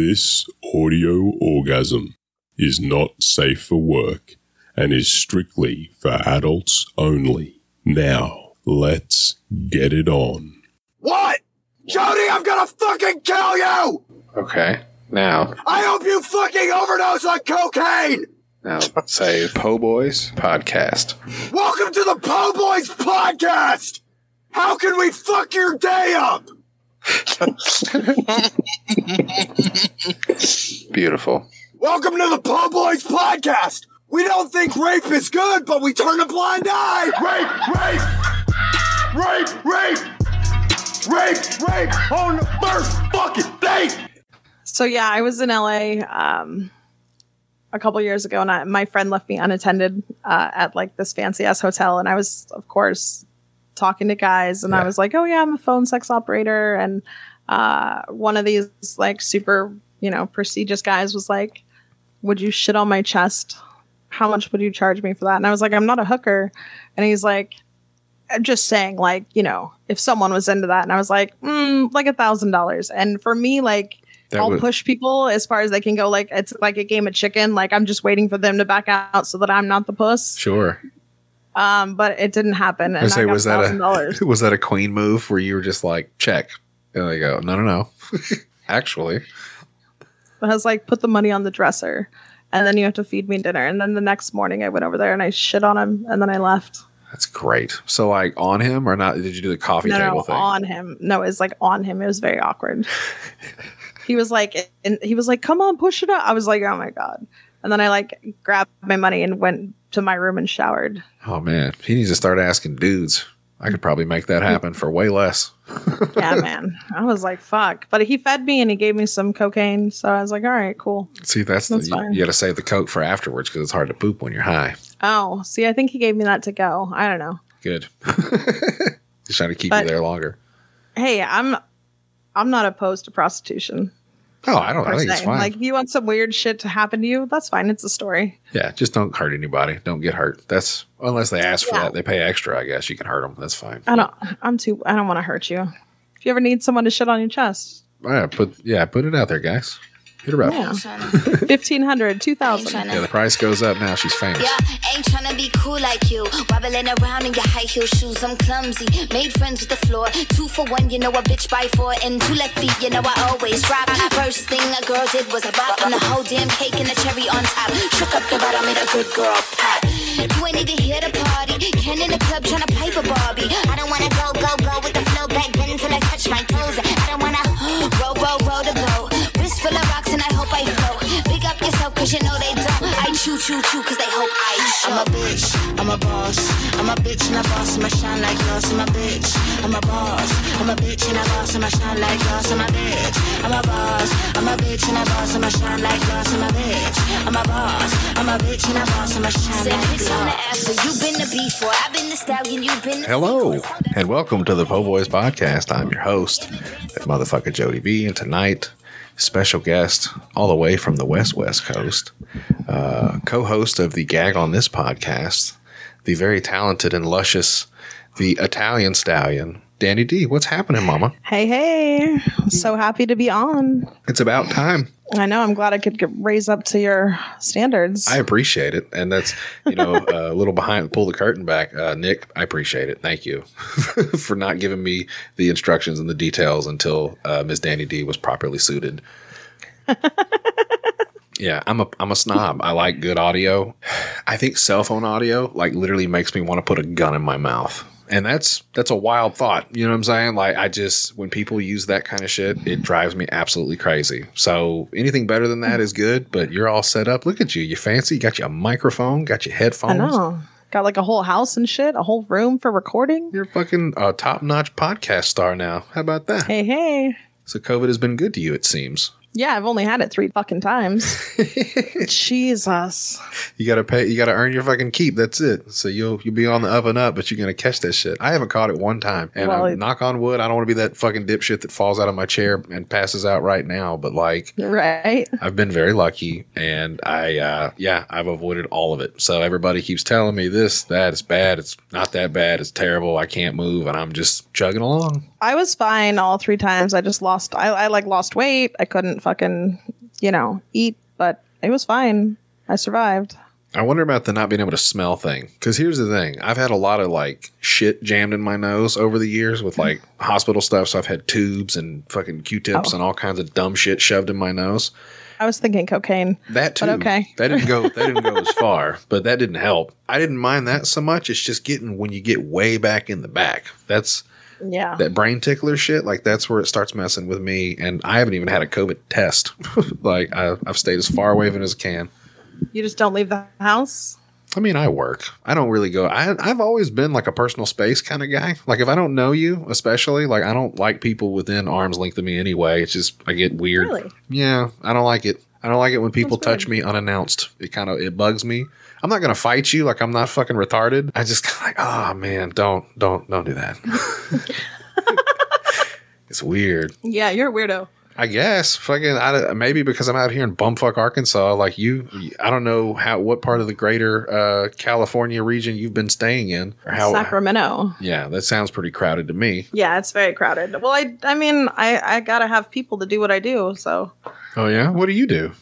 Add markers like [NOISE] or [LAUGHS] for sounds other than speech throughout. This audio orgasm is not safe for work and is strictly for adults only. Now, let's get it on. What? Jody, I'm gonna fucking kill you! Okay. Now, I hope you fucking overdose on cocaine! now say [LAUGHS] Po Boys podcast. Welcome to the Po Boys podcast! How can we fuck your day up? Beautiful. Welcome to the Po Boys podcast! We don't think rape is good, but we turn a blind eye! Rape, rape! Rape, rape! Rape, rape on the first fucking date! So yeah, I was in LA um, a couple years ago, and I, my friend left me unattended uh, at like this fancy ass hotel, and I was, of course, talking to guys, and I Yeah. was like, "Oh yeah, I'm a phone sex operator," and uh, one of these like super, you know, prestigious guys was like, "Would you shit on my chest? How much would you charge me for that?" And I was like, "I'm not a hooker," and he's like. I'm just saying, like, you know, if someone was into that, and I was like, mm, like a thousand dollars. And for me, like, That I'll was, push people as far as they can go. Like it's like a game of chicken. Like I'm just waiting for them to back out so that I'm not the puss. sure. [LAUGHS] Um, but it didn't happen. I And I say, got was that [LAUGHS] $1,000. a was that a queen move where you were just like check, and they go, no, no, no. [LAUGHS] Actually, I was like, put the money on the dresser, and then you have to feed me dinner. And then the next morning, I went over there and I shit on him, and then I left. that's great. So, like, on him or not? Did you do the coffee no, table no, thing? on him. No, it was like on him. It was [LAUGHS] very awkward. he was like, and he was like, "Come on, push it up." I was like, "Oh my god!" And then I like grabbed my money and went to my room and showered. Oh man, he needs to start asking dudes. I could probably make that happen for way less. yeah, man. I was like, fuck. But he fed me and he gave me some cocaine. So I was like, all right, cool. See, that's, That's the, you, fine. you got to save the coke for afterwards because it's hard to poop when you're high. Oh, see, I think he gave me that to go. I don't know. [LAUGHS] Good. He's trying to keep But- you there longer. Hey, I'm I'm not opposed to prostitution. Oh, I don't. I per think it's se. fine. Like you want some weird shit to happen to you, that's fine. It's a story. Yeah, just don't hurt anybody. Don't get hurt. That's unless they ask for Yeah. Um, that. They pay extra, I guess. You can hurt them. That's fine. I don't I'm too I don't want to hurt you. If you ever need someone to shit on [LAUGHS] your chest, Yeah, put yeah, put it out there, guys. Hit her up. Yeah. Yeah, Tryna- 1500, 2000. tryna- the price goes up now. She's famous. Yeah, ain't tryna be cool like you. Wobbling around in your high heel shoes. I'm clumsy. Made friends with the floor. Two for one, you know a bitch by four. And two left feet, you know I always drop. First thing a girl did was a bop on the whole damn cake and the cherry on top. Shook up the bottom, made a good girl pop. You ain't even here to party. Ken in the club tryna pipe a Barbie. I don't wanna go, go, go with the flow back then till I touch my toes. I don't wanna [GASPS] roll, roll, roll the boat. Wrist full of rocks and I hope I float. Big up yourself cause you know they don't. I choo choo choo cause they hope I show. I'm a bitch, I'm a boss. I'm a bitch and a boss, and I shine like glass. I'm a bitch, I'm a boss. I'm a bitch and a boss, and I shine like glass. I'm a bitch, I'm a boss. I'm a bitch and a boss, and I shine like glass. I'm a bitch, I'm a boss. I'm a bitch and a boss, and I shine Say like bitch on the glass. after. You've been the before. I've been the stallion. You've been the Hello sequel. and welcome to the Po Boys podcast. I'm your host, that motherfucker Jody B, and tonight, special guest all the way from the West West Coast, uh, co-host of the Gag on This podcast, the very talented and luscious, the Italian stallion, Danny D. What's happening, Mama? Hey, hey. So happy to be on. It's about time. I know. I'm glad I could get, raise up to your standards. I appreciate it, and that's you know a little behind. Pull the curtain back, uh, Nick. I appreciate it. Thank you [LAUGHS] for not giving me the instructions and the details until uh, Miss Danny D was properly suited. yeah, I'm a I'm a snob. I like good audio. I think cell phone audio like literally makes me want to put a gun in my mouth. And that's that's a wild thought. You know what I'm saying? Like I just when people use that kind of shit, it drives me absolutely crazy. So anything better than that is good, but you're all set up. Look at you. You fancy, you got your microphone, got your I headphones. know. Got like a whole house and shit, a whole room for recording. You're a fucking uh, top-notch podcast star now. How about that? Hey, hey. So COVID has been good to you, it seems. Yeah, I've only had it three fucking [LAUGHS] times. Jesus. You gotta pay. You gotta earn your fucking keep. That's it. So you'll you'll be on the up and up, but you're gonna catch that shit. I haven't caught it one time. And Well, I, it- knock on wood, I don't want to be that fucking dipshit that falls out of my chair and passes out right now. But like, Right. I've been very lucky, and I uh, yeah, I've avoided all of it. So everybody keeps telling me this, that it's bad. It's not that bad. It's terrible. I can't move, and I'm just chugging along. I was fine all three times. I just lost. I, I like lost weight. I couldn't fucking, you know, eat, but it was fine. I survived. I wonder about the not being able to smell thing. Because here's the thing I've had a lot of like shit jammed in my nose over the years with like hospital stuff. So I've had tubes and fucking Q tips Oh. and all kinds of dumb shit shoved in my nose. I was thinking cocaine. That too. But okay. That didn't go. That [LAUGHS] didn't go as far, but that didn't help. I didn't mind that so much. It's just getting when you get way back in the back. That's Yeah. that brain tickler shit. Like that's where it starts messing with me. And I haven't even had a COVID test. [LAUGHS] like I, I've stayed as far away from it as I can. You just don't leave the house. I mean, I work. I don't really go. I, I've always been like a personal space kind of guy. Like if I don't know you, especially like I don't like people within arm's length of me anyway. It's just I get weird. Really? Yeah, I don't like it. I don't like it when people That's weird. touch me unannounced. It kind of it bugs me. I'm not gonna fight you. Like I'm not fucking retarded. I just kind of like, oh man, don't don't don't do that. [LAUGHS] [LAUGHS] it's weird. Yeah, you're a weirdo. I guess fucking I, maybe because I'm out here in bumfuck Arkansas, like you, I don't know how what part of the greater uh, California region you've been staying in or how. Sacramento. Yeah, that sounds pretty crowded to me. Yeah, it's very crowded. Well, I I mean, I I gotta have people to do what I do. So Oh yeah, what do you do,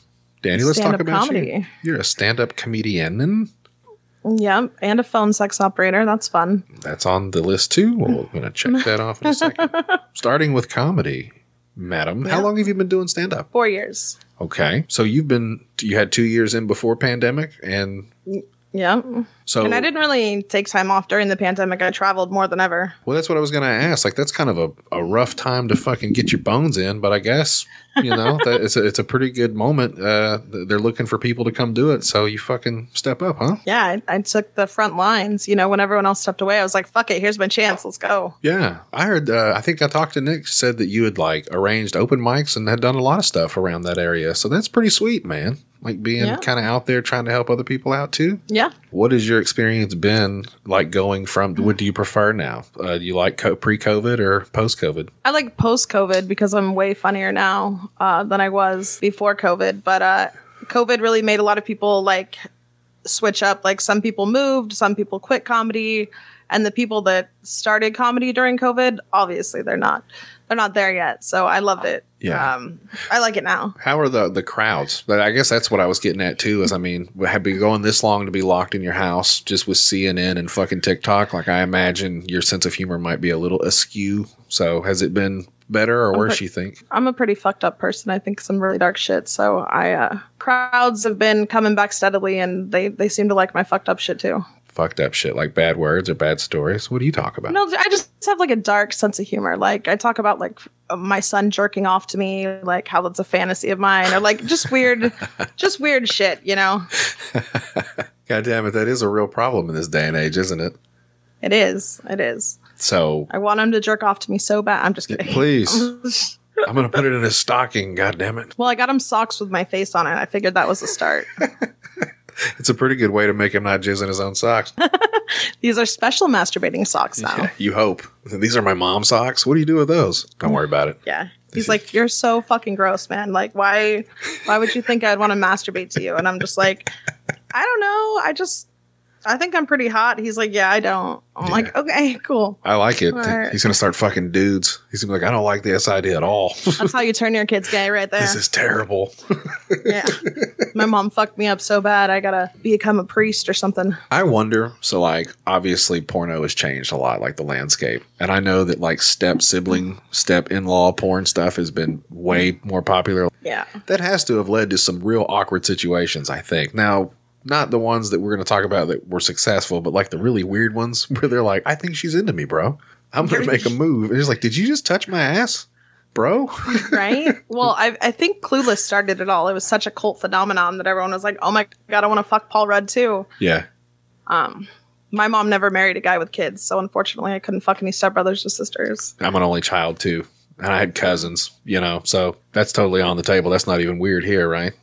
Danny? Let's talk Stand-up about you. comedy. You're a stand-up comedian, and yeah, and a phone sex operator. That's fun. that's on the list too. Well, we're gonna check that off in a [LAUGHS] second. Starting with comedy, madam. How Yeah. long have you been doing stand-up? Four years. Okay, so you've been you had two years in before pandemic, and Yeah. so And I didn't really take time off during the pandemic. I traveled more than ever. Well, that's what I was going to ask. Like, that's kind of a, a rough time to fucking get your bones in, but I guess, you know, [LAUGHS] that it's, a, it's a pretty good moment. Uh, th- they're looking for people to come do it. So you fucking step up, huh? Yeah, I, I took the front lines. You know, when everyone else stepped away, I was like, "Fuck it, here's my chance. Let's go." Yeah. I heard, uh, I think I talked to Nick, said that you had like arranged open mics and had done a lot of stuff around that area. So that's pretty sweet, man. Like being Yeah. kind of out there trying to help other people out too. Yeah. What has your experience been like going from what do you prefer now? Uh, do you like co- pre COVID or post COVID? I like post COVID because I'm way funnier now uh, than I was before COVID. But uh, COVID really made a lot of people like switch up. Like some people moved, some people quit comedy, and the people that started comedy during COVID, obviously they're not they're not there yet. So I love it. Yeah. um, I like it now. How are the the crowds? But I guess that's what I was getting at too. Is I mean, we have been going this long to be locked in your house just with CNN and fucking TikTok. Like I imagine your sense of humor might be a little askew. So has it been better or worse? pre- you think? I'm a pretty fucked up person. I think some really dark shit. So I uh, crowds have been coming back steadily, and they they seem to like my fucked up shit too. Fucked up shit like bad words or bad stories. What do you talk about? No, I just have like a dark sense of humor. Like I talk about like my son jerking off to me, like how that's a fantasy of mine, or like just weird, just weird shit. You know, God damn it, that is a real problem in this day and age, isn't it? it is, it is. So [LAUGHS] I want him to jerk off to me so bad. I'm just kidding. please, I'm gonna put it in a stocking. God damn it, Well, I got him socks with my face on it. I figured that was a start. it's a pretty good way to make him not jizz in his own socks. These are special masturbating socks now. Yeah. you hope. These are my mom socks. What do you do with those? Don't worry about it. He's like, "You're so fucking gross, man. Like, why, why would you think I'd want to masturbate to you?" And I'm just like, "I don't know. I just, I think I'm pretty hot." He's like, "Yeah, I don't." I'm like, "Okay, [LAUGHS] cool." I like it. Or- He's gonna start fucking dudes. He's gonna be like, I don't like this idea at all. [LAUGHS] That's how you turn your kids gay, right there. this is terrible. [LAUGHS] yeah. My mom fucked me up so bad, I gotta become a priest or something. I wonder. So, like, obviously, porno has changed a lot, like the landscape. And I know that like step sibling, step in law porn stuff has been way more popular. Yeah. That has to have led to some real awkward situations, I think. Now. Not the ones that we're going to talk about that were successful, but like the really weird ones [LAUGHS] where they're like, I think she's into me, bro. I'm going to make a move. And it's like, did you just touch my ass, bro? [LAUGHS] Right? Well, I, I think Clueless started it all. It was such a cult phenomenon that everyone was like, oh my God, I wanna fuck Paul Rudd too. yeah. My mom never married a guy with kids, so unfortunately, I couldn't fuck any stepbrothers or sisters. I'm an only child too, and I had cousins, you know, so that's totally on the table. That's not even weird here, right?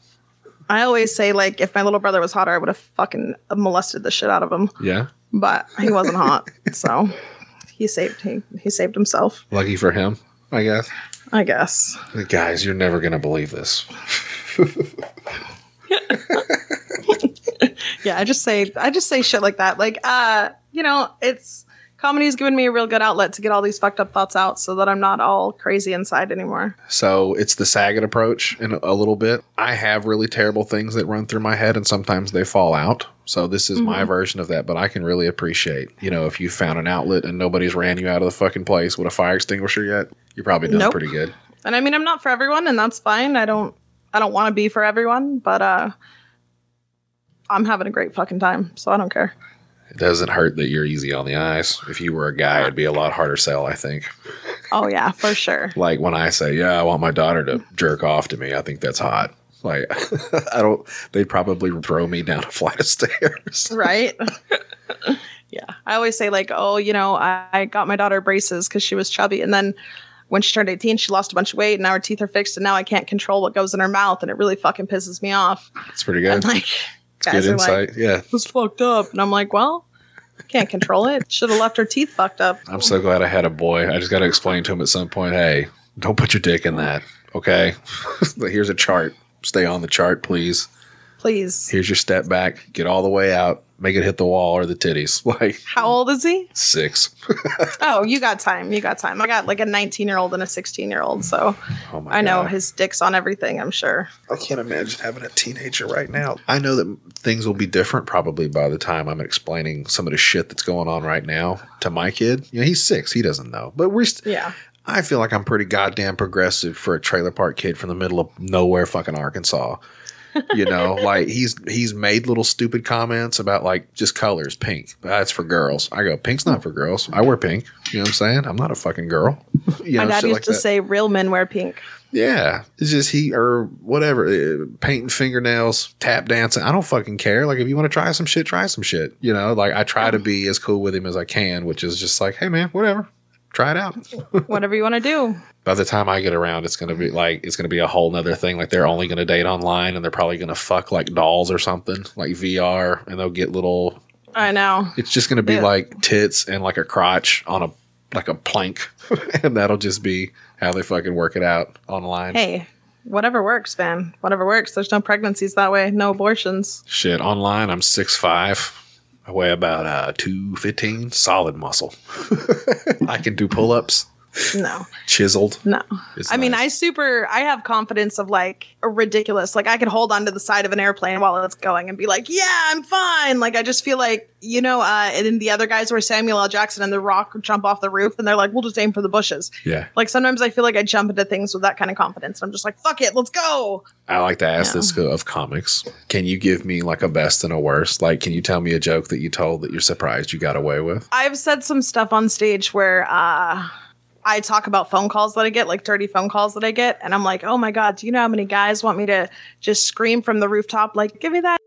I always say, like, if my little brother was hotter, I would have fucking molested the shit out of him, Yeah. but he wasn't hot, so. He saved he, he saved himself, Lucky for him, I guess. I guess. Guys, you're never going to believe this. yeah i just say i just say shit like that like uh you know it's Comedy's given me a real good outlet to get all these fucked up thoughts out so that I'm not all crazy inside anymore. So it's the Saget approach in a- a little bit. I have really terrible things that run through my head and sometimes they fall out. So this is my version of that, but I can really appreciate, you know, if you found an outlet and nobody's ran you out of the fucking place with a fire extinguisher yet, you're probably doing Nope. pretty good. And I mean, I'm not for everyone, and that's fine. I don't, I don't want to be for everyone, but uh, I'm having a great fucking time, so I don't care. It doesn't hurt that you're easy on the eyes. If you were a guy, it'd be a lot harder sell, I think. Oh yeah, for sure. Like when I say, "Yeah, I want my daughter [LAUGHS] to jerk off to me," I think that's hot. Like [LAUGHS] I don't. They'd probably throw me down a flight of stairs. [LAUGHS] [LAUGHS] right? yeah. I always say, like, oh, you know, I, I got my daughter braces because she was chubby. And then when she turned 18, she lost a bunch of weight and now her teeth are fixed. And now I can't control what goes in her mouth. And it really fucking pisses me off. [LAUGHS] It's pretty good. And like, Good guys are like, insight. yeah, it was fucked up. And I'm like, well, can't control it. Should have left her teeth fucked up. I'm so glad I had a boy. I just got to explain to him at some point. Hey, don't put your dick in that. Okay. [LAUGHS] Here's a chart. Stay on the chart, please. Please. Here's your step back. Get all the way out. Make it hit the wall or the titties. [LAUGHS] Like How old is he? six. Oh, you got time. You got time. I got like a 19 year old and a 16 year old. So Oh my I know God. his dick's on everything, I'm sure. I can't imagine having a teenager right now. I know that things will be different probably by the time I'm explaining some of the shit that's going on right now to my kid. You know, he's six. He doesn't know. But we're, st- Yeah. I feel like I'm pretty goddamn progressive for a trailer park kid from the middle of nowhere, fucking Arkansas. You [LAUGHS] know, like he's he's made little stupid comments about like just colors, pink. That's for girls. I go, pink's not for girls. I wear pink. You know what I'm saying? I'm not a fucking girl. You know, my dad shit used like to that. say, real men [LAUGHS] wear pink. Yeah, it's just he or whatever, uh, painting fingernails, tap dancing. I don't fucking care. Like if you want to try some shit, try some shit. You know, like I try to be as cool with him as I can, which is just like, hey man, whatever, try it out. Whatever you want to do. By the time I get around, it's gonna be like it's gonna be a whole nother thing. Like they're only gonna date online, and they're probably gonna fuck like dolls or something, like VR, and they'll get little. I know. It's just gonna be Yeah. like tits and like a crotch on a like a plank, [LAUGHS] and that'll just be how they fucking work it out online. Hey, whatever works, man. Whatever works. There's no pregnancies that way, no abortions. Shit, online I'm six five. I weigh about uh two fifteen. Solid muscle. I can do pull ups, No, chiseled. no. It's I mean, I nice. super, I have confidence of like a ridiculous, like I could hold onto the side of an airplane while it's going and be like, yeah, I'm fine. Like, I just feel like, you know, uh, and then the other guys were Samuel L. Jackson and The Rock jump off the roof and they're like, we'll just aim for the bushes. yeah. Like, sometimes I feel like I jump into things with that kind of confidence. And I'm just like, fuck it, let's go. I like to ask Yeah. this of comics. Can you give me like a best and a worst? Like, can you tell me a joke that you told that you're surprised you got away with? I've said some stuff on stage where uh, I talk about phone calls that I get, like dirty phone calls that I get, and I'm like, oh my god, do you know how many guys want me to just scream from the rooftop, like, give me that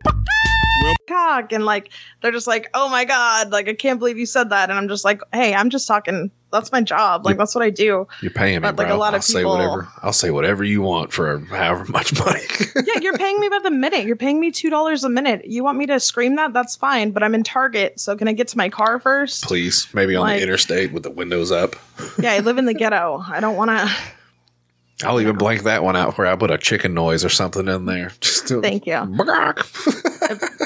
cock, and like they're just like, oh my god, like I can't believe you said that, and I'm just like, hey, I'm just talking. That's my job. Like that's what I do. You're paying me, But, like, bro. a lot I'll of say people- whatever. I'll say whatever you want for however much money. Yeah, you're paying me by the minute. You're paying me two dollars a minute. You want me to scream that? That's fine. But I'm in Target, so can I get to my car first? Please, maybe on Like- the interstate with the windows up. Yeah, I live in the ghetto. I don't want to. I'll even blank that one out where I put a chicken noise or something in there. Just to, Thank you. you.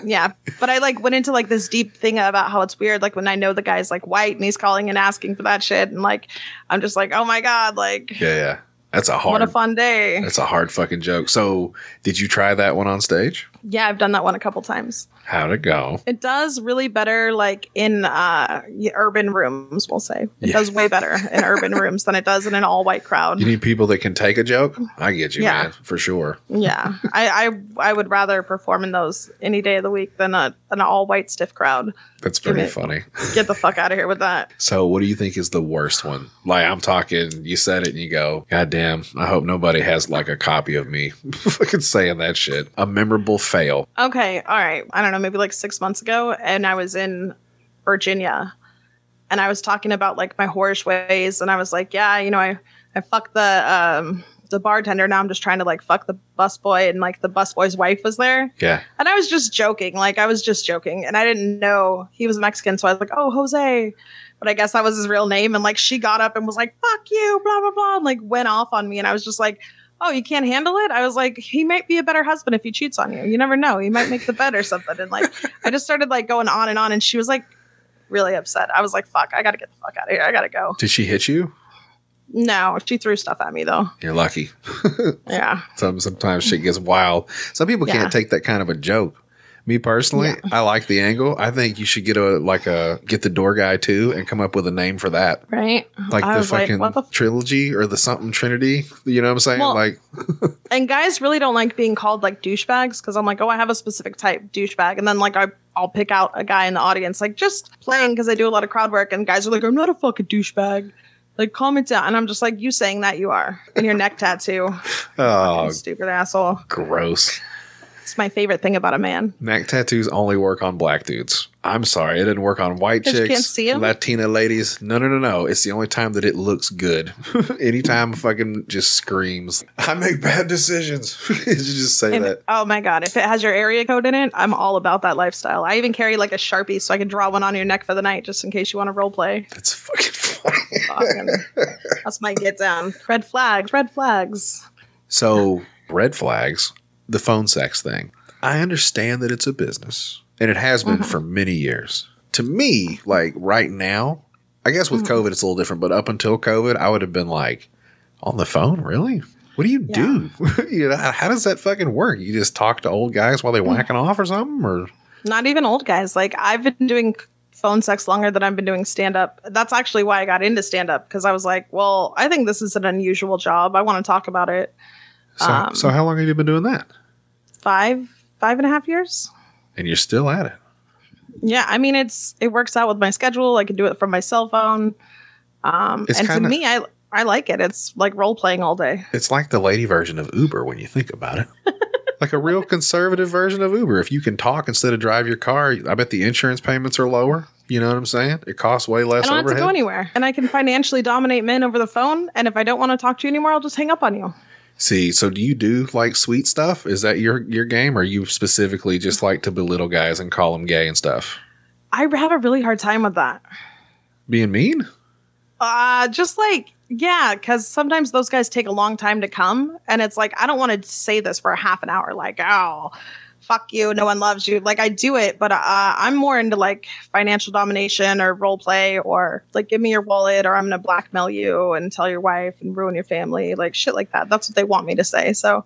yeah but i like went into like this deep thing about how it's weird like when i know the guy's like white and he's calling and asking for that shit and like i'm just like oh my god like Yeah, yeah. That's a what hard. a fun day that's a hard fucking joke. So, did you try that one on stage? yeah i've done that one a couple times How'd it go? it does really better like in uh y- urban rooms we'll say it Yeah. does way better in [LAUGHS] urban rooms than it does in an all white crowd You need people that can take a joke. I get you, Yeah. man, for sure. yeah I, I i would rather perform in those any day of the week than a, an all white stiff crowd That's pretty it. funny. get the fuck out of here with that So, what do you think is the worst one? Like, I'm talking. You said it, and you go, "God damn! I hope nobody has like a copy of me [LAUGHS] fucking saying that shit." A memorable fail. Okay, all right. I don't know, maybe like six months ago, and I was in Virginia, and I was talking about like my whorish ways, and I was like, yeah, you know, I I fucked the um the bartender. Now I'm just trying to like fuck the busboy, and like the busboy's wife was there, Yeah, and I was just joking, like I was just joking, and I didn't know he was Mexican, so I was like, oh, Jose. But I guess that was his real name, and like she got up and was like, "Fuck you," blah blah blah, and like went off on me, and I was just like, oh, you can't handle it? I was like, he might be a better husband if he cheats on you. You never know. He might make the bed or something. And like, I just started like going on and on. And she was like, really upset. I was like, fuck, I gotta get the fuck out of here. I gotta go. Did she hit you? No, she threw stuff at me though. You're lucky. Yeah. Some sometimes shit gets wild. Some people Yeah. can't take that kind of a joke. Me personally, I like the angle. I think you should get a like a get the door guy too and come up with a name for that. Right. Like I the was like, fucking what the f- trilogy or the something trinity. You know what I'm saying? Well- like And guys really don't like being called like douchebags because I'm like, oh, I have a specific type douchebag, and then like I. I'll pick out a guy in the audience, like just playing because I do a lot of crowd work, and guys are like, "I'm not a fucking douchebag," like calm it down, and I'm just like, "You saying that you are?" And your [LAUGHS] neck tattoo, oh stupid asshole. gross. It's my favorite thing about a man. Neck tattoos only work on black dudes. I'm sorry, it didn't work on white 'Cause you chicks, can't see 'em? Latina ladies. No, no, no, no. It's the only time that it looks good. [LAUGHS] Anytime fucking just screams, I make bad decisions. [LAUGHS] you just say If- that. oh my god, if it has your area code in it, I'm all about that lifestyle. I even carry like a sharpie so I can draw one on your neck for the night, just in case you want to role play. That's fucking funny. [LAUGHS] Fucking- That's my get down. Red flags, red flags. So, red flags, the phone sex thing. I understand that it's a business and it has been for many years. To me, like right now, I guess with COVID, it's a little different, but up until COVID, I would have been like, on the phone? Really? What do you do? [LAUGHS] you know, how how does that fucking work? You just talk to old guys while they whacking off or something? Or Not even old guys. Like I've been doing phone sex longer than I've been doing stand up. That's actually why I got into stand up because I was like, well, I think this is an unusual job. I want to talk about it. so, Um, so how long have you been doing that? Five, five and a half years. And you're still at it. Yeah, I mean it's it works out with my schedule. I can do it from my cell phone. Um It's and kinda- to me I I like it. It's like role playing all day. It's like the lady version of Uber when you think about [LAUGHS] it. like a real conservative version of Uber. If you can talk instead of drive your car, I bet the insurance payments are lower. You know what I'm saying? It costs way I less don't have to overhead. go anywhere. And I can financially dominate men over the phone. And if I don't want to talk to you anymore, I'll just hang up on you. See, so do you do like sweet stuff? Is that your your game, or you specifically just like to belittle guys and call them gay and stuff? I have a really hard time with that. Being mean? Uh just like yeah, because sometimes those guys take a long time to come, and it's like I don't want to say this for a half an hour. Like, oh, fuck you, no one loves you. Like I do it, but uh, I'm more into like financial domination or role play or like give me your wallet or I'm gonna blackmail you and tell your wife and ruin your family, like shit like that. That's what they want me to say. So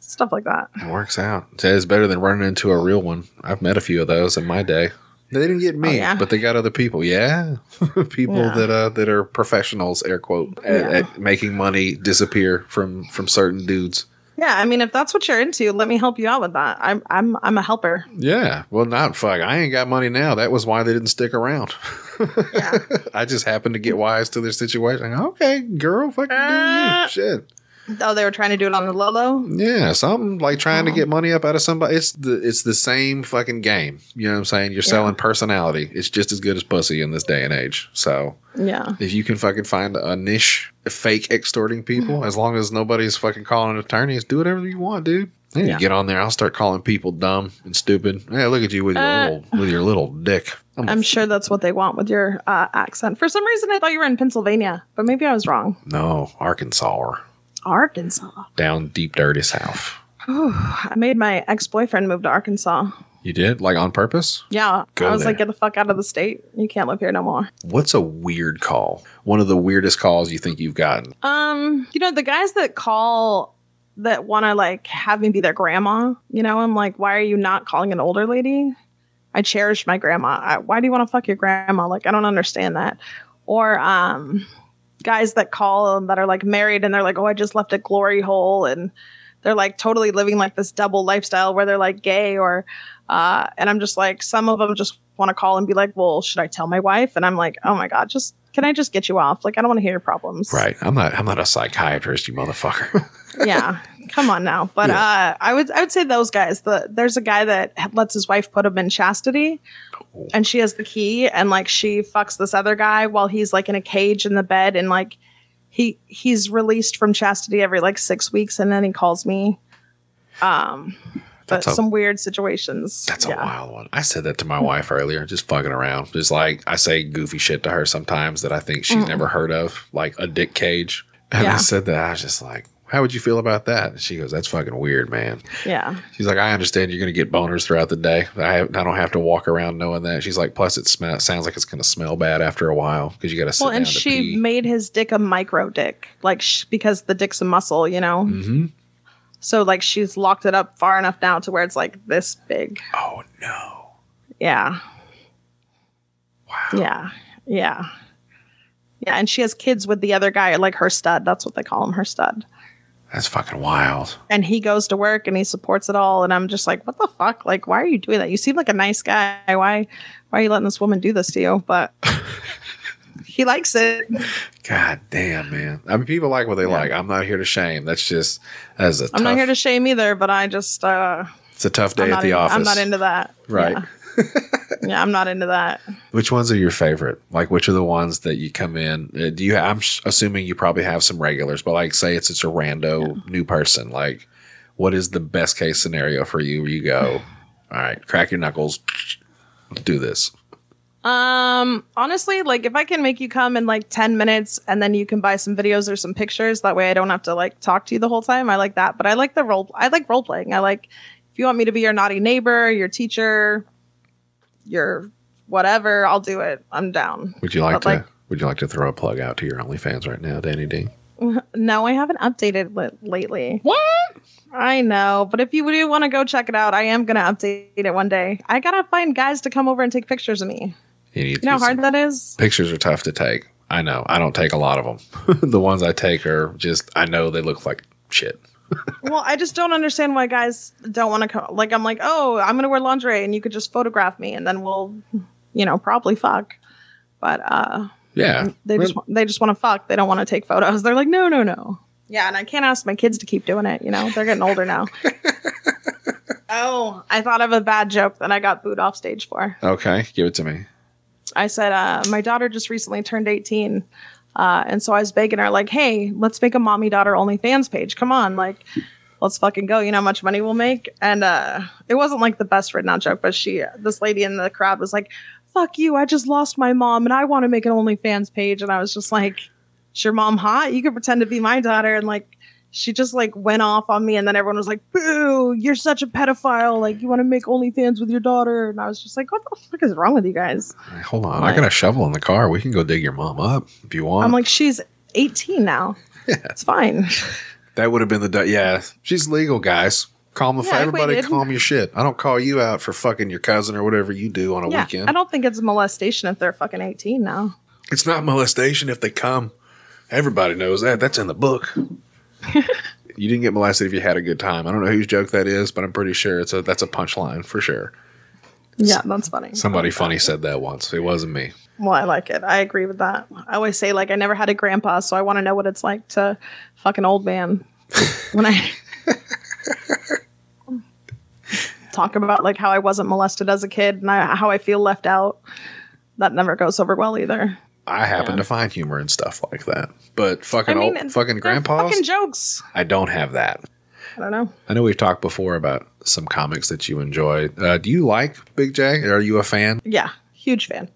stuff like that. It works out. It's better than running into a real one. I've met a few of those in my day. They didn't get me, Oh, yeah? but they got other people. Yeah, [LAUGHS] people Yeah. that uh, that are professionals, air quote, at, Yeah. at making money disappear from from certain dudes. Yeah, I mean, if that's what you're into, let me help you out with that. I'm I'm I'm a helper. Yeah, well, not fuck. I ain't got money now. That was why they didn't stick around. Yeah. [LAUGHS] I just happened to get wise to their situation. Okay, girl, fucking do you. Uh. shit. oh, they were trying to do it on the low low. Yeah, something like trying to get Um, money up out of somebody. It's the it's the same fucking game. You know what I'm saying? You're selling personality. It's just as good as pussy in this day and age. So Yeah. if you can fucking find a niche fake extorting Mm-hmm. people, as long as nobody's fucking calling attorneys, do whatever you want, dude. Then you Yeah. get on there. I'll start calling people dumb and stupid. Hey, look at you with your Uh. little with your little dick. I'm I'm sure that's what they want with your uh, accent. For some reason, I thought you were in Pennsylvania, but maybe I was wrong. no Arkansas or Arkansas. down deep dirty south. I made my ex boyfriend move to Arkansas. You did like on purpose. Yeah. Go I was like, there. get the fuck out of the state. You can't live here no more. What's a weird call? One of the weirdest calls you think you've gotten? Um, you know, the guys that call that want to like have me be their grandma, you know, I'm like, why are you not calling an older lady? I cherish my grandma. I, why do you want to fuck your grandma? Like, I don't understand that. Or, um, guys that call and that are like married and they're like, oh, I just left a glory hole. And they're like totally living like this double lifestyle where they're like gay or, uh, and I'm just like, some of them just want to call and be like, well, should I tell my wife? And I'm like, oh my God, just, can I just get you off? Like, I don't want to hear your problems. Right. I'm not. I'm not a psychiatrist, you [LAUGHS] motherfucker. yeah come on now but uh i would i would say those guys the there's a guy that h- lets his wife put him in chastity and she has the key and like she fucks this other guy while he's like in a cage in the bed and like he he's released from chastity every like six weeks and then he calls me um but That's a- some weird situations That's a yeah. Hmm. wild one. I said that to my wife earlier, just fucking around. Just like I say goofy shit to her sometimes that I think she's never heard of, like a dick cage. And I Yeah. said that I was just like, How would you feel about that? And she goes, That's fucking weird, man. Yeah. She's like, I understand you're going to get boners throughout the day. I, have, I don't have to walk around knowing that. She's like, Plus, it smell, sounds like it's going to smell bad after a while because you got to sit Well, down and to she pee. made his dick a micro dick, like sh- because the dick's a muscle, you know. mm-hmm. So like she's locked it up far enough now to where it's like this big. Oh, no. Yeah. Wow. Yeah. Yeah. Yeah, and she has kids with the other guy, like her stud. That's what they call him, her stud. That's fucking wild. And he goes to work and he supports it all. And I'm just like, what the fuck? Like, why are you doing that? You seem like a nice guy. Why, why are you letting this woman do this to you? [LAUGHS] But he likes it. God damn, man. I mean, people like what they like. I'm not here to shame. That's just, that is a tough, I'm not here to shame either, but I just, uh, it's a tough day I'm, at not the in- office. I'm not into that. Right. Yeah. yeah, I'm not [LAUGHS] into that. Which ones are your favorite? Like, which are the ones that you come in? uh, Do you? I'm s- assuming you probably have some regulars, but like, say it's it's a rando new person. Like, what is the best case scenario for you? Where you go, all right, crack your knuckles, let's do this. Um, honestly, like if I can make you come in like 10 minutes and then you can buy some videos or some pictures, that way I don't have to like talk to you the whole time. I like that. But I like the role I like role playing. I like if you want me to be your naughty neighbor, your teacher, your whatever, I'll do it. I'm down. Would you like But, to? like- would you like to throw a plug out to your OnlyFans right now, Danny D? No, I haven't updated li- lately. What? I know, but if you do want to go check it out, I am gonna update it one day. I gotta find guys to come over and take pictures of me. You, need to You know how get some- hard that is. pictures are tough to take. I know. I don't take a lot of them. [LAUGHS] the ones I take are just. I know they look like shit. Well, I just don't understand why guys don't want to come. Like, I'm like, oh, I'm going to wear lingerie and you could just photograph me and then we'll, you know, probably fuck. But uh, Yeah, they just wa- they just want to fuck. They don't want to take photos. They're like, no, no, no. Yeah, and I can't ask my kids to keep doing it. You know, they're getting older now. oh, I thought of a bad joke that I got booed off stage for. Okay, give it to me. I said, uh, my daughter just recently turned 18. Uh, and so I was begging her, like, hey, let's make a mommy daughter OnlyFans page. Come on, like, let's fucking go. You know how much money we'll make? And uh, it wasn't like the best written out joke, but she, this lady in the crowd was like, fuck you, I just lost my mom and I want to make an OnlyFans page. And I was just like, is your mom hot? You can pretend to be my daughter. And like, she just like went off on me, and then everyone was like, "Boo! You're such a pedophile! Like you want to make OnlyFans with your daughter?" And I was just like, "What the fuck is wrong with you guys?" Hey, Hold on, I Like- got a shovel in the car. We can go dig your mom up if you want. I'm like, she's 18 now. It's fine. that would have been the du- yeah. She's legal, guys. Calm the Yeah, fuck. I Everybody, waited. calm your shit. I don't call you out for fucking your cousin or whatever you do on [LAUGHS] a yeah, weekend. I don't think it's molestation if they're fucking 18 now. it's not molestation if they come. Everybody knows that. That's in the [LAUGHS] book. you didn't get molested if you had a good time. I don't know whose joke that is, but I'm pretty sure it's a that's a punchline for sure. Yeah, that's funny. Somebody funny said that once. It wasn't me. Well, I like it. I agree with that. I always say like I never had a grandpa, so I want to know what it's like to fuck an [LAUGHS] old man when I talk about like how I wasn't molested as a kid and I, how I feel left out. That never goes over well either. I happen to find humor and stuff like that. But I fucking old, and fucking they're grandpas, fucking jokes. I don't have that. I don't know. I know we've talked before about some comics that you enjoy. Uh, do you like Big J? Are you a fan? Yeah, huge fan.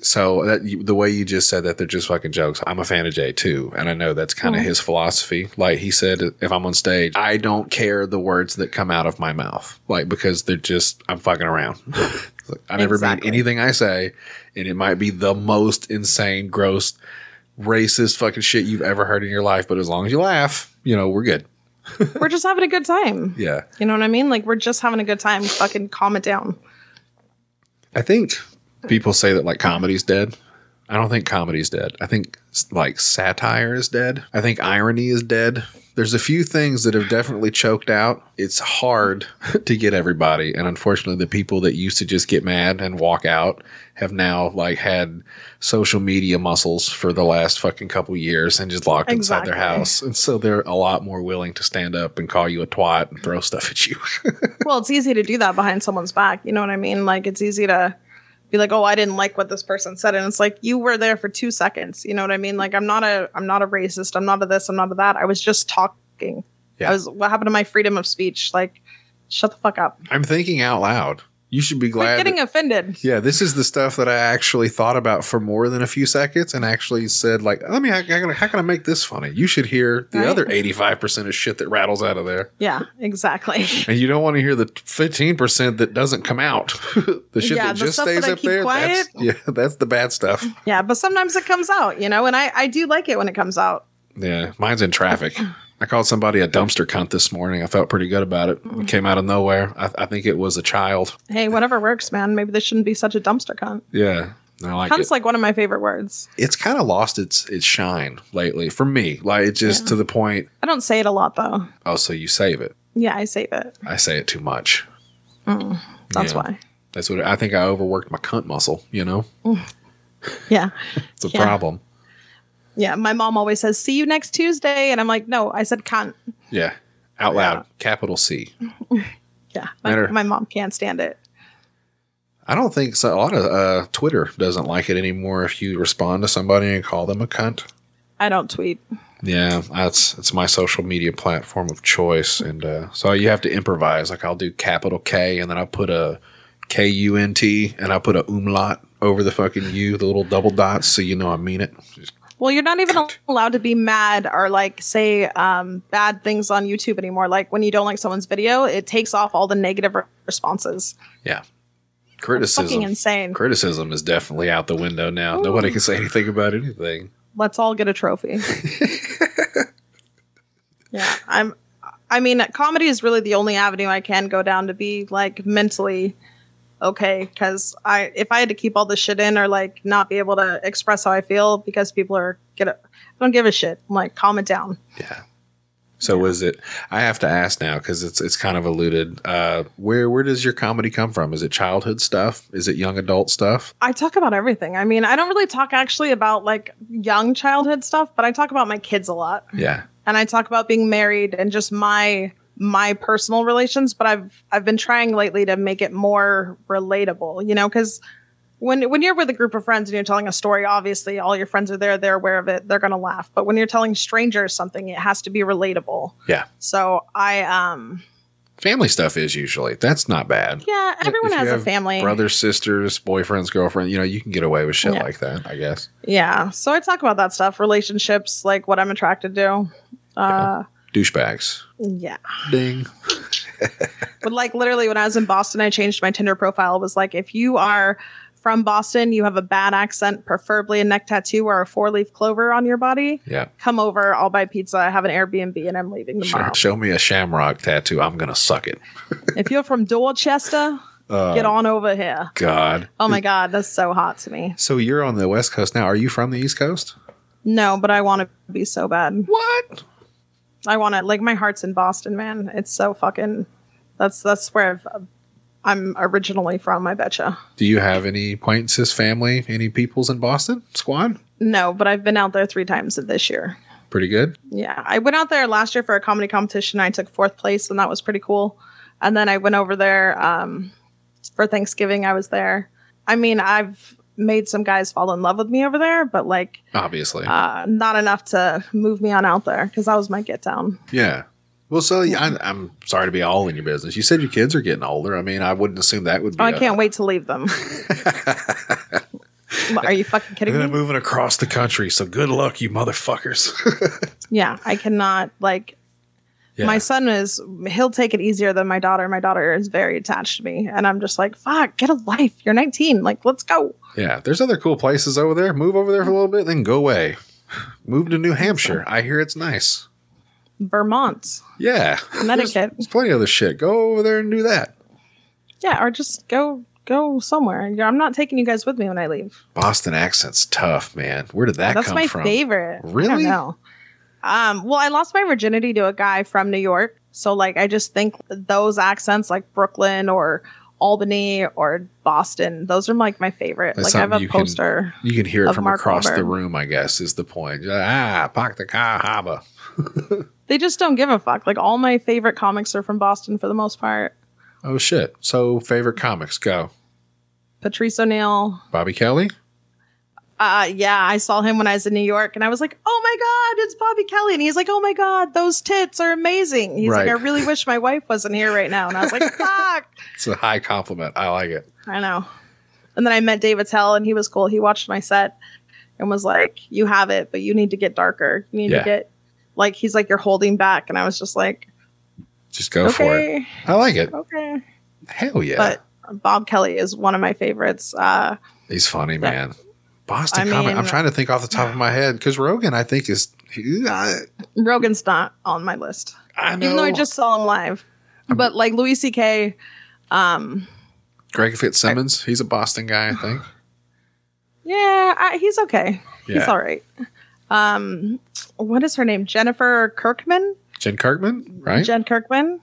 So that you, the way you just said that they're just fucking jokes. I'm a fan of Jay too, and I know that's kind of his philosophy. Like he said, if I'm on stage, I don't care the words that come out of my mouth, like because they're just I'm fucking around. [LAUGHS] It's like, I never Exactly. mean anything I say, and it might be the most insane, gross, racist fucking shit you've ever heard in your life. But as long as you laugh, you know we're good. We're just having a good time. [LAUGHS] Yeah. You know what I mean? Like we're just having a good time. Fucking calm it down. I think people say that like comedy's dead. I don't think comedy's dead. I think like satire is dead. I think irony is dead. There's a few things that have definitely choked out. It's hard [LAUGHS] to get everybody, and unfortunately, the people that used to just get mad and walk out have now like had social media muscles for the last fucking couple years and just locked inside their Exactly. house, and so they're a lot more willing to stand up and call you a twat and throw stuff at you. [LAUGHS] Well, it's easy to do that behind someone's back. You know what I mean? Like it's easy to be like, "Oh, I didn't like what this person said," and it's like you were there for two seconds. You know what I mean? Like I'm not a I'm not a racist. I'm not a this. I'm not a that. I was just talking. Yeah. I was. What happened to my freedom of speech? Like, shut the fuck up. I'm thinking out loud. You should be Quit glad. getting that- offended. yeah, this is the stuff that I actually thought about for more than a few seconds and actually said, like, let me, how can I, how can I make this funny? You should hear the Right. other 85% of shit that rattles out of there. Yeah, exactly. [LAUGHS] And you don't want to hear the 15% that doesn't come out. [LAUGHS] the shit Yeah, that the just stuff stays that I up keep there. That's, [LAUGHS] yeah, that's the bad stuff. yeah, but sometimes it comes out, you know, and I, I do like it when it comes out. Yeah, mine's in traffic. I called somebody a dumpster cunt this morning. I felt pretty good about it. It came out of nowhere. I, I think it was a child. Hey, whatever works, man. Maybe this shouldn't be such a dumpster cunt. Yeah. I like Cunt's it. like one of my favorite words. it's kind of lost its its shine lately for me. Like it's just to the point. I don't say it a lot though. Oh, so you save it? Yeah, I save it. I say it too much. That's Yeah. why. That's what I think. I overworked my cunt muscle. You know, Yeah. it's a Yeah. problem. Yeah. My mom always says, see you next Tuesday. And I'm like, no, I said cunt. Yeah, out loud, capital C. Yeah. My, Matter- my mom can't stand it. I don't think so. A lot of uh, Twitter doesn't like it anymore. If you respond to somebody and call them a cunt, I don't tweet. Yeah, that's it's my social media platform of choice, and uh, so you have to improvise. Like I'll do capital K, and then I'll put a K U N T, and I'll put a umlaut over the fucking U, the little double dots, so you know I mean it. Well, you're not even allowed to be mad or like say um, bad things on YouTube anymore. Like when you don't like someone's video, it takes off all the negative re- responses. Yeah, Fucking criticism. insane. Criticism is definitely out the window now. Nobody can say anything about anything. Let's all get a trophy. yeah, I'm. I mean, comedy is really the only avenue I can go down to be like mentally okay. Because I, if I had to keep all this shit in or like not be able to express how I feel because people are get, a, I don't give a shit. I'm like, calm it down. Yeah. So is it? I have to ask now because it's it's kind of eluded. Uh, where where does your comedy come from? Is it childhood stuff? Is it young adult stuff? I talk about everything. I mean, I don't really talk actually about like young childhood stuff, but I talk about my kids a lot. Yeah. And I talk about being married and just my my personal relations, but I've I've been trying lately to make it more relatable, you know, cuz when when you're with a group of friends and you're telling a story, obviously all your friends are there, they're aware of it, they're going to laugh. But when you're telling strangers something, it has to be relatable. Yeah. So, I um family stuff is usually that's not bad yeah, everyone If you has a have family. brothers sisters boyfriends girlfriend you know you can get away with shit Yeah. like that i guess Yeah. So I talk about that stuff, relationships, like what I'm attracted to. Uh, douchebags yeah. ding But like literally when I was in Boston, I changed my Tinder profile. It was like, if you are from Boston, you have a bad accent, preferably a neck tattoo or a four leaf clover on your body, yeah come over. I'll buy pizza. I have an Airbnb and I'm leaving tomorrow. sure. show me a shamrock tattoo i'm gonna suck it if you're from Dorchester, get on over here. god Oh my God. That's so hot to me. so you're on the west coast now are you from the east coast No, but I want to be so bad. what I want to like my heart's in Boston, man. It's so fucking. That's that's where I've, I'm originally from. I betcha. do you have any acquaintances family any peoples in boston squad No, but I've been out there three times this year. pretty good Yeah, I went out there last year for a comedy competition. I took fourth place, and that was pretty cool. And then I went over there um, for Thanksgiving. I was there. I mean, I've made some guys fall in love with me over there, but like obviously uh, not enough to move me on out there because that was my get down. yeah well, so yeah, I'm, I'm sorry to be all in your business. You said your kids are getting older. I mean, I wouldn't assume that would be. Oh, I a- can't wait to leave them. Are you fucking kidding They're [LAUGHS] me? moving across the country, so good luck, you motherfuckers. [LAUGHS] Yeah, I cannot like Yeah. my son is he'll take it easier than my daughter. My daughter is very attached to me and I'm just like, "Fuck, get a life. You're 19. Like, let's go." yeah, there's other cool places over there. Move over there for a little bit, then go away. Move to New Hampshire. I hear it's nice. Vermont, Yeah, Connecticut. there's plenty of other shit. Go over there and do that. yeah, or just go go somewhere. Yeah, I'm not taking you guys with me when I leave. Boston accent's tough, man. Where did that That's come my from? favorite. I Really? don't know. Um, well, I lost my virginity to a guy from New York. So like I just think those accents like Brooklyn or Albany or Boston, those are like my favorite. That's like I have something a you can- poster. You can hear it Of from Mark across the Wahlberg. room. I guess is the point. Ah, park the car, harbor. they just don't give a fuck. Like all my favorite comics are from Boston for the most part. Oh shit. So favorite comics go. Patrice O'Neill, Bobby Kelly. Uh, yeah, I saw him when I was in New York, and I was like, "Oh my god, it's Bobby Kelly!" And he's like, "Oh my god, those tits are amazing." He's Right. like, "I really wish my wife wasn't here right now." And I was [LAUGHS] like, "Fuck." It's a high compliment. I like it. I know. And then I met Dave Attell, and he was cool. He watched my set and was like, "You have it, but you need to get darker. You need Yeah. to get like." He's like, "You're holding back," and I was just like, Just go for it. "Okay, I like it. okay." Hell yeah. But Bob Kelly is one of my favorites. Uh, He's funny, But- man. Boston I comic. I'm mean- trying to think off the top of my head because Rogan, I think, is. He, I, Rogan's not on my list, I know. even though I just saw him live. But like Louis C.K., um, Greg Fitzsimmons. He's a Boston guy, I think. yeah, I, he's okay. Yeah. He's all right. Um, what is her name? Jennifer Kirkman. Jen Kirkman, right? Jen Kirkman.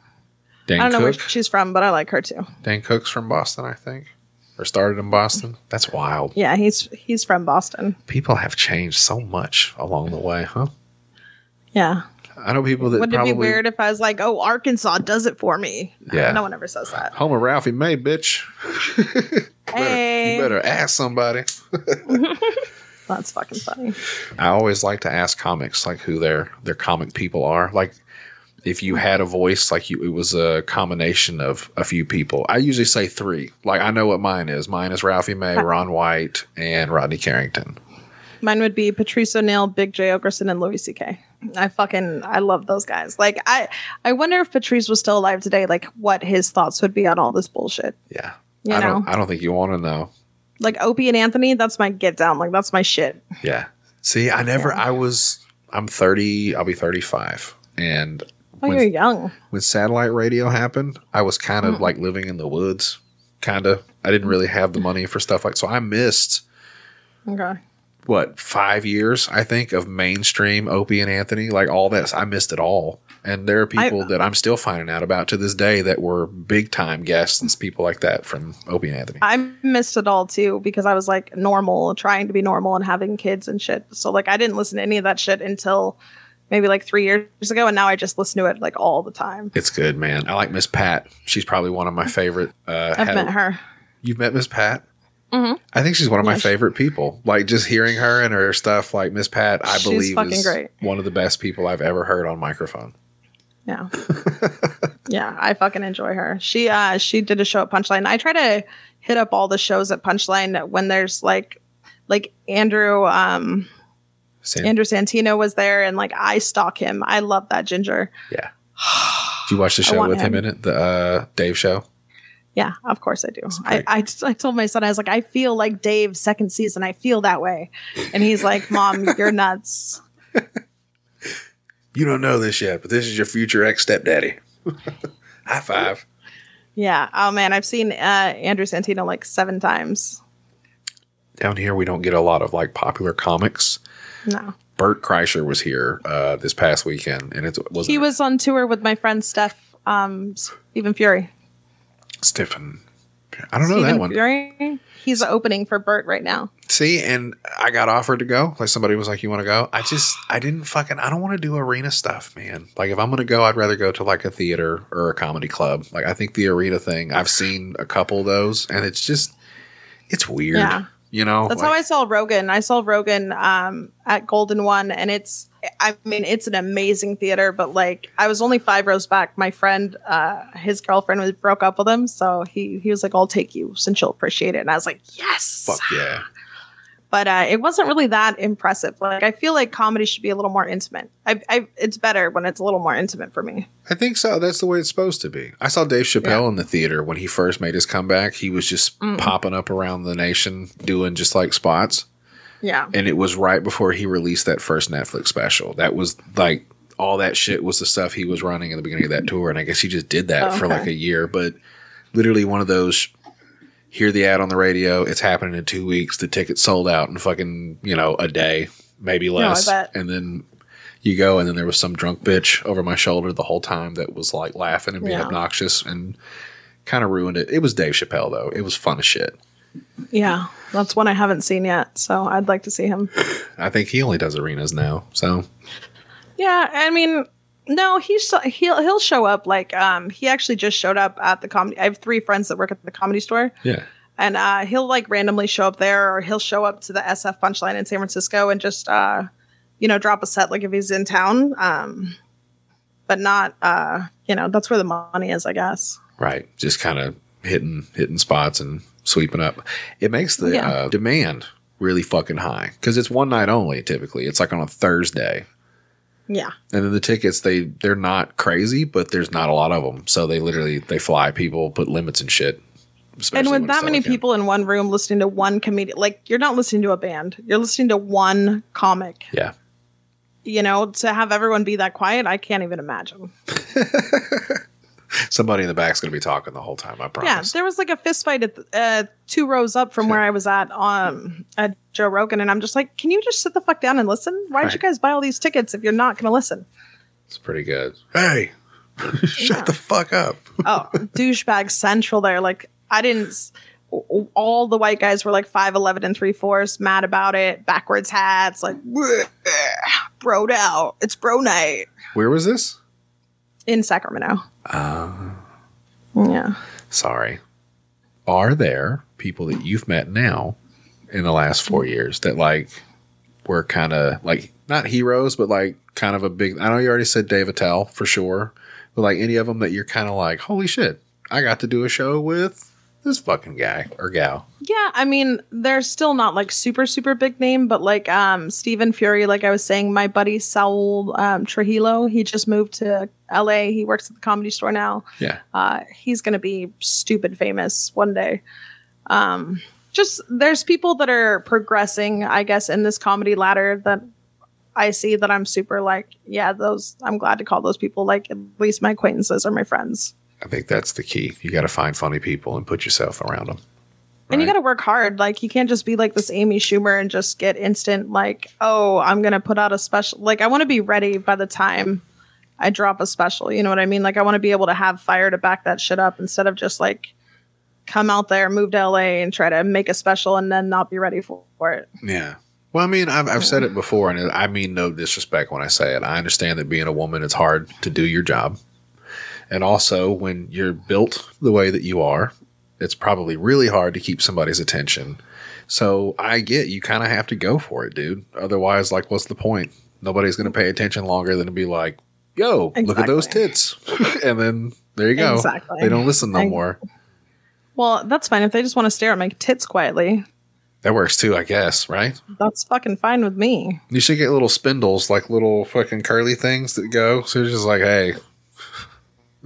Dan I don't know Hmm? Cook. where she's from, but I like her too. Dan Cook's from Boston, I think, or started in Boston. That's wild. Yeah, he's he's from Boston. People have changed so much along the way, huh? Yeah. I know people that Wouldn't probably it be weird if I was like, "Oh, Arkansas does it for me"? No, Yeah. No one ever says that. Homer Ralphie May, bitch. Hey, You better ask somebody. that's fucking funny. I always like to ask comics like who their their comic people are. Like if you had a voice, like you, it was a combination of a few people. I usually say three. Like I know what mine is. Mine is Ralphie [LAUGHS] May, Ron White, and Rodney Carrington. Mine would be Patrice O'Neill, Big J. Ogerson, and Louis C.K. I fucking I love those guys. Like I I wonder if Patrice was still alive today, like what his thoughts would be on all this bullshit. Yeah, You I know, don't. I don't think you want to know. like Opie and Anthony, that's my get down. Like that's my shit. Yeah. See, I never. I was. I'm 30. I'll be 35. And Oh, when- you're young. when satellite radio happened, I was kind Mm-hmm. of like living in the woods, kind of. I didn't really have the money for stuff like so. I missed Okay. what five years I think of mainstream Opie and Anthony, like all that. I missed it all, and there are people that I'm still finding out about to this day that were big time guests and people like that from Opie and Anthony. I missed it all too because I was like normal, trying to be normal and having kids and shit. So like I didn't listen to any of that shit until maybe like three years ago, and now I just listen to it like all the time. it's good, man. I like Miss Pat. She's probably one of my favorite. Uh, I've had- met her. You've met Miss Pat. Mhm. I think she's one of my Yeah, she- favorite people. Like just hearing her and her stuff, like Miss Pat, I She's believe fucking is great. one of the best people I've ever heard on microphone. [LAUGHS] Yeah, yeah, I fucking enjoy her. She uh she did a show at Punchline. I try to hit up all the shows at Punchline when there's like like Andrew um Sam, Andrew Santino was there, and like I stalk him. I love that ginger. yeah. Did you watch the show want with him. in him. it? The uh, Dave show? Yeah, of course I do. I, great. I, just- I told my son, I was like, I feel like Dave second season. I feel that way. And he's like, Mom, [LAUGHS] you're nuts. You don't know this yet, but this is your future ex stepdaddy. [LAUGHS] High five. Yeah. Oh, man. I've seen uh, Andrew Santino like seven times. Down here, we don't get a lot of like popular comics. No. Bert Kreischer was here uh, this past weekend, and it was He was on tour with my friend Steph, um, Stephen Fury. Stephen. I don't know that Stephen one. Fury. He's opening for Bert right now. See, and I got offered to go. Like somebody was like, "You want to go?" I [SIGHS] just, I didn't fucking, I don't want to do arena stuff, man. Like if I'm gonna go, I'd rather go to like a theater or a comedy club. Like I think the arena thing, I've seen a couple of those, and it's just, it's weird. Yeah. You know, That's Like, how I saw Rogan. I saw Rogan um, at Golden One, and it's, I mean, it's an amazing theater, but like, I was only five rows back. My friend, uh, his girlfriend was broke up with him. So he, he was like, I'll take you since you'll appreciate it. And I was like, yes. fuck yeah. But uh, it wasn't really that impressive. Like, I feel like comedy should be a little more intimate. I, I, it's better when it's a little more intimate for me. I think so. That's the way it's supposed to be. I saw Dave Chappelle in the theater when he first made his comeback. He was just Mm. popping up around the nation doing just like spots. Yeah. and it was right before he released that first Netflix special. That was like all that shit was the stuff he was running in the beginning of that tour, and I guess he just did that Oh, for okay. like a year. But literally, one of those hear the ad on the radio, it's happening in two weeks. The tickets sold out in fucking you know a day, maybe I less, bet. and then. You go, and then there was some drunk bitch over my shoulder the whole time that was like laughing and being Yeah. obnoxious and kind of ruined it. It was Dave Chappelle, though. It was fun as shit. Yeah. That's one I haven't seen yet. So I'd like to see him. I think he only does arenas now. So Yeah, I mean, no, he's he'll he'll show up. Like, um, he actually just showed up at the comedy. I have three friends that work at the comedy store, yeah, and uh, he'll like randomly show up there or he'll show up to the SF Punchline in San Francisco and just uh, you know drop a set like if he's in town, um, but not uh, you know that's where the money is, I guess. Right. Just kind of hitting hitting spots and sweeping up. It makes the Yeah. uh, demand really fucking high because it's one night only. Typically, it's like on a Thursday, Yeah, and then the tickets they they're not crazy, but there's not a lot of them. So they literally they fly people, put limits and shit. especially and when with it's that many Telecan. people in one room listening to one comedian, like you're not listening to a band, you're listening to one comic. yeah, You know, to have everyone be that quiet, I can't even imagine. somebody in the back's gonna be talking the whole time. I Yeah, promise. there was like a fist fight at uh, two rows up from where I was at um at Joe Rogan, and I'm just like, can you just sit the fuck down and listen? Why did you Right. guys buy all these tickets if you're not going [LAUGHS] to listen? it's pretty good. [LAUGHS] Hey, shut the fuck up. Oh, douchebag central there. Like I didn't. s- All the white guys were like five eleven and three fourths, mad about it, backwards hats, like "Bleh, broed out. It's bro night Where was this? in Sacramento. Oh. yeah. Sorry. Are there people that you've met now in the last four years that like were kind of like not heroes, but like kind of a big? I know you already said Dave Attell for sure, but like any of them that you're kind of like, holy shit, I got to do a show with this fucking guy or gal. Yeah, I mean, they're still not like super, super big name, but like um Stephen Fury, like I was saying, my buddy Saul um, Trujillo, he just moved to LA. He works at the comedy store now. Yeah, Uh, he's gonna be stupid famous one day. Um, just there's people that are progressing, I guess, in this comedy ladder that I see that I'm super like, yeah, those I'm glad to call those people like at least my acquaintances or my friends. I think that's the key. You got to find funny people and put yourself around them. And you Right. got to work hard. Like you can't just be like this Amy Schumer and just get instant like, oh, I'm gonna put out a special. Like I want to be ready by the time I drop a special. You know what I mean? Like I want to be able to have fire to back that shit up instead of just like come out there, move to LA, and try to make a special and then not be ready for, for it. Yeah. Well, I mean, I've, I've said Mm. it before, and I mean no disrespect when I say it. I understand that being a woman, it's hard to do your job. And also, when you're built the way that you are, it's probably really hard to keep somebody's attention. So I get you kind of have to go for it, dude. Otherwise, like, what's the point? Nobody's going to pay attention longer than to be like, yo, look at those Exactly. tits. [LAUGHS] and then there you go. Exactly. They don't listen no I- more. Well, that's fine if they just want to stare at my tits quietly. That works too, I guess, right? That's fucking fine with me. You should get little spindles, like little fucking curly things that go. So it's just like, hey,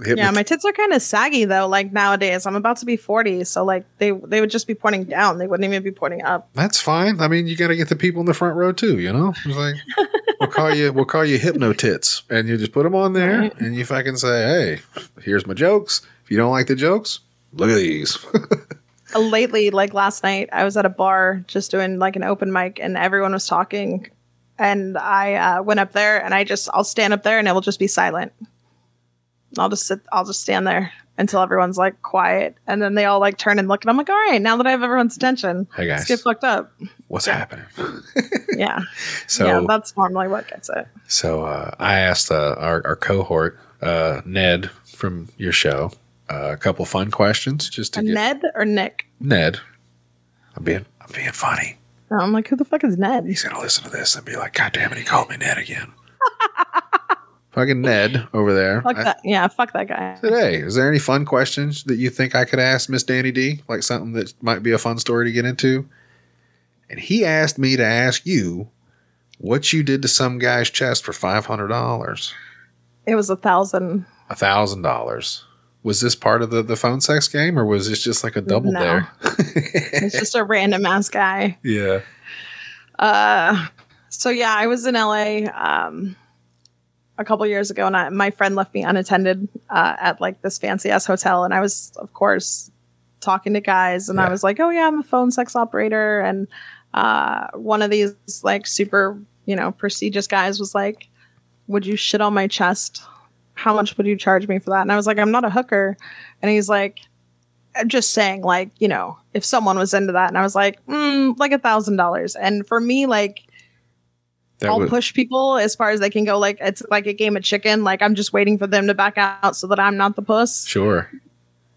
hit Yeah, me. my tits are kind of saggy though. Like nowadays, I'm about to be 40, so like they they would just be pointing down. They wouldn't even be pointing up. That's fine. I mean, you got to get the people in the front row too. You know, it's [LAUGHS] like we'll call you, we'll call you hypno tits, and you just put them on there, and you fucking say, hey, here's my jokes. If you don't like the jokes, look at these. [LAUGHS] Uh, lately like last night i was at a bar just doing like an open mic and everyone was talking and i uh, went up there and i just i'll stand up there and it will just be silent i'll just sit i'll just stand there until everyone's like quiet and then they all like turn and look and i'm like all right now that i have everyone's attention Hey, let's guys. get [LAUGHS] fucked up What's happening? yeah So yeah that's normally what gets it So uh, I asked uh, our, our cohort, uh, Ned, from your show, uh, a couple fun questions just to a get ned or nick Ned. I'm being I'm being funny. And i'm like who the fuck is ned He's gonna listen to this and be like, "God damn it, he called me Ned again." [LAUGHS] Fucking Ned over there. fuck I that yeah fuck that guy said, hey, is there any fun questions that you think I could ask Miss Danny D? Like something that might be a fun story to get into? And he asked me to ask you what you did to some guy's chest for five hundred dollars. it was a thousand a thousand dollars. Was this part of the, the phone sex game or was this just like a double No. dare? it's just a random ass guy Yeah. Uh, so yeah, I was in LA um, a couple years ago, and I, my friend left me unattended uh, at like this fancy ass hotel, and I was, of course, talking to guys, and I Yeah. was like, "Oh yeah, I'm a phone sex operator," and uh, one of these like super, you know, prestigious guys was like, "Would you shit on my chest? How much would you charge me for that?" And I was like, "I'm not a hooker," and he's like. I'm just saying, like, you know, if someone was into that, and I was like, mm, like a thousand dollars. And for me, like, That I'll was, push people as far as they can go. Like, it's like a game of chicken. Like, I'm just waiting for them to back out so that I'm not the puss. sure.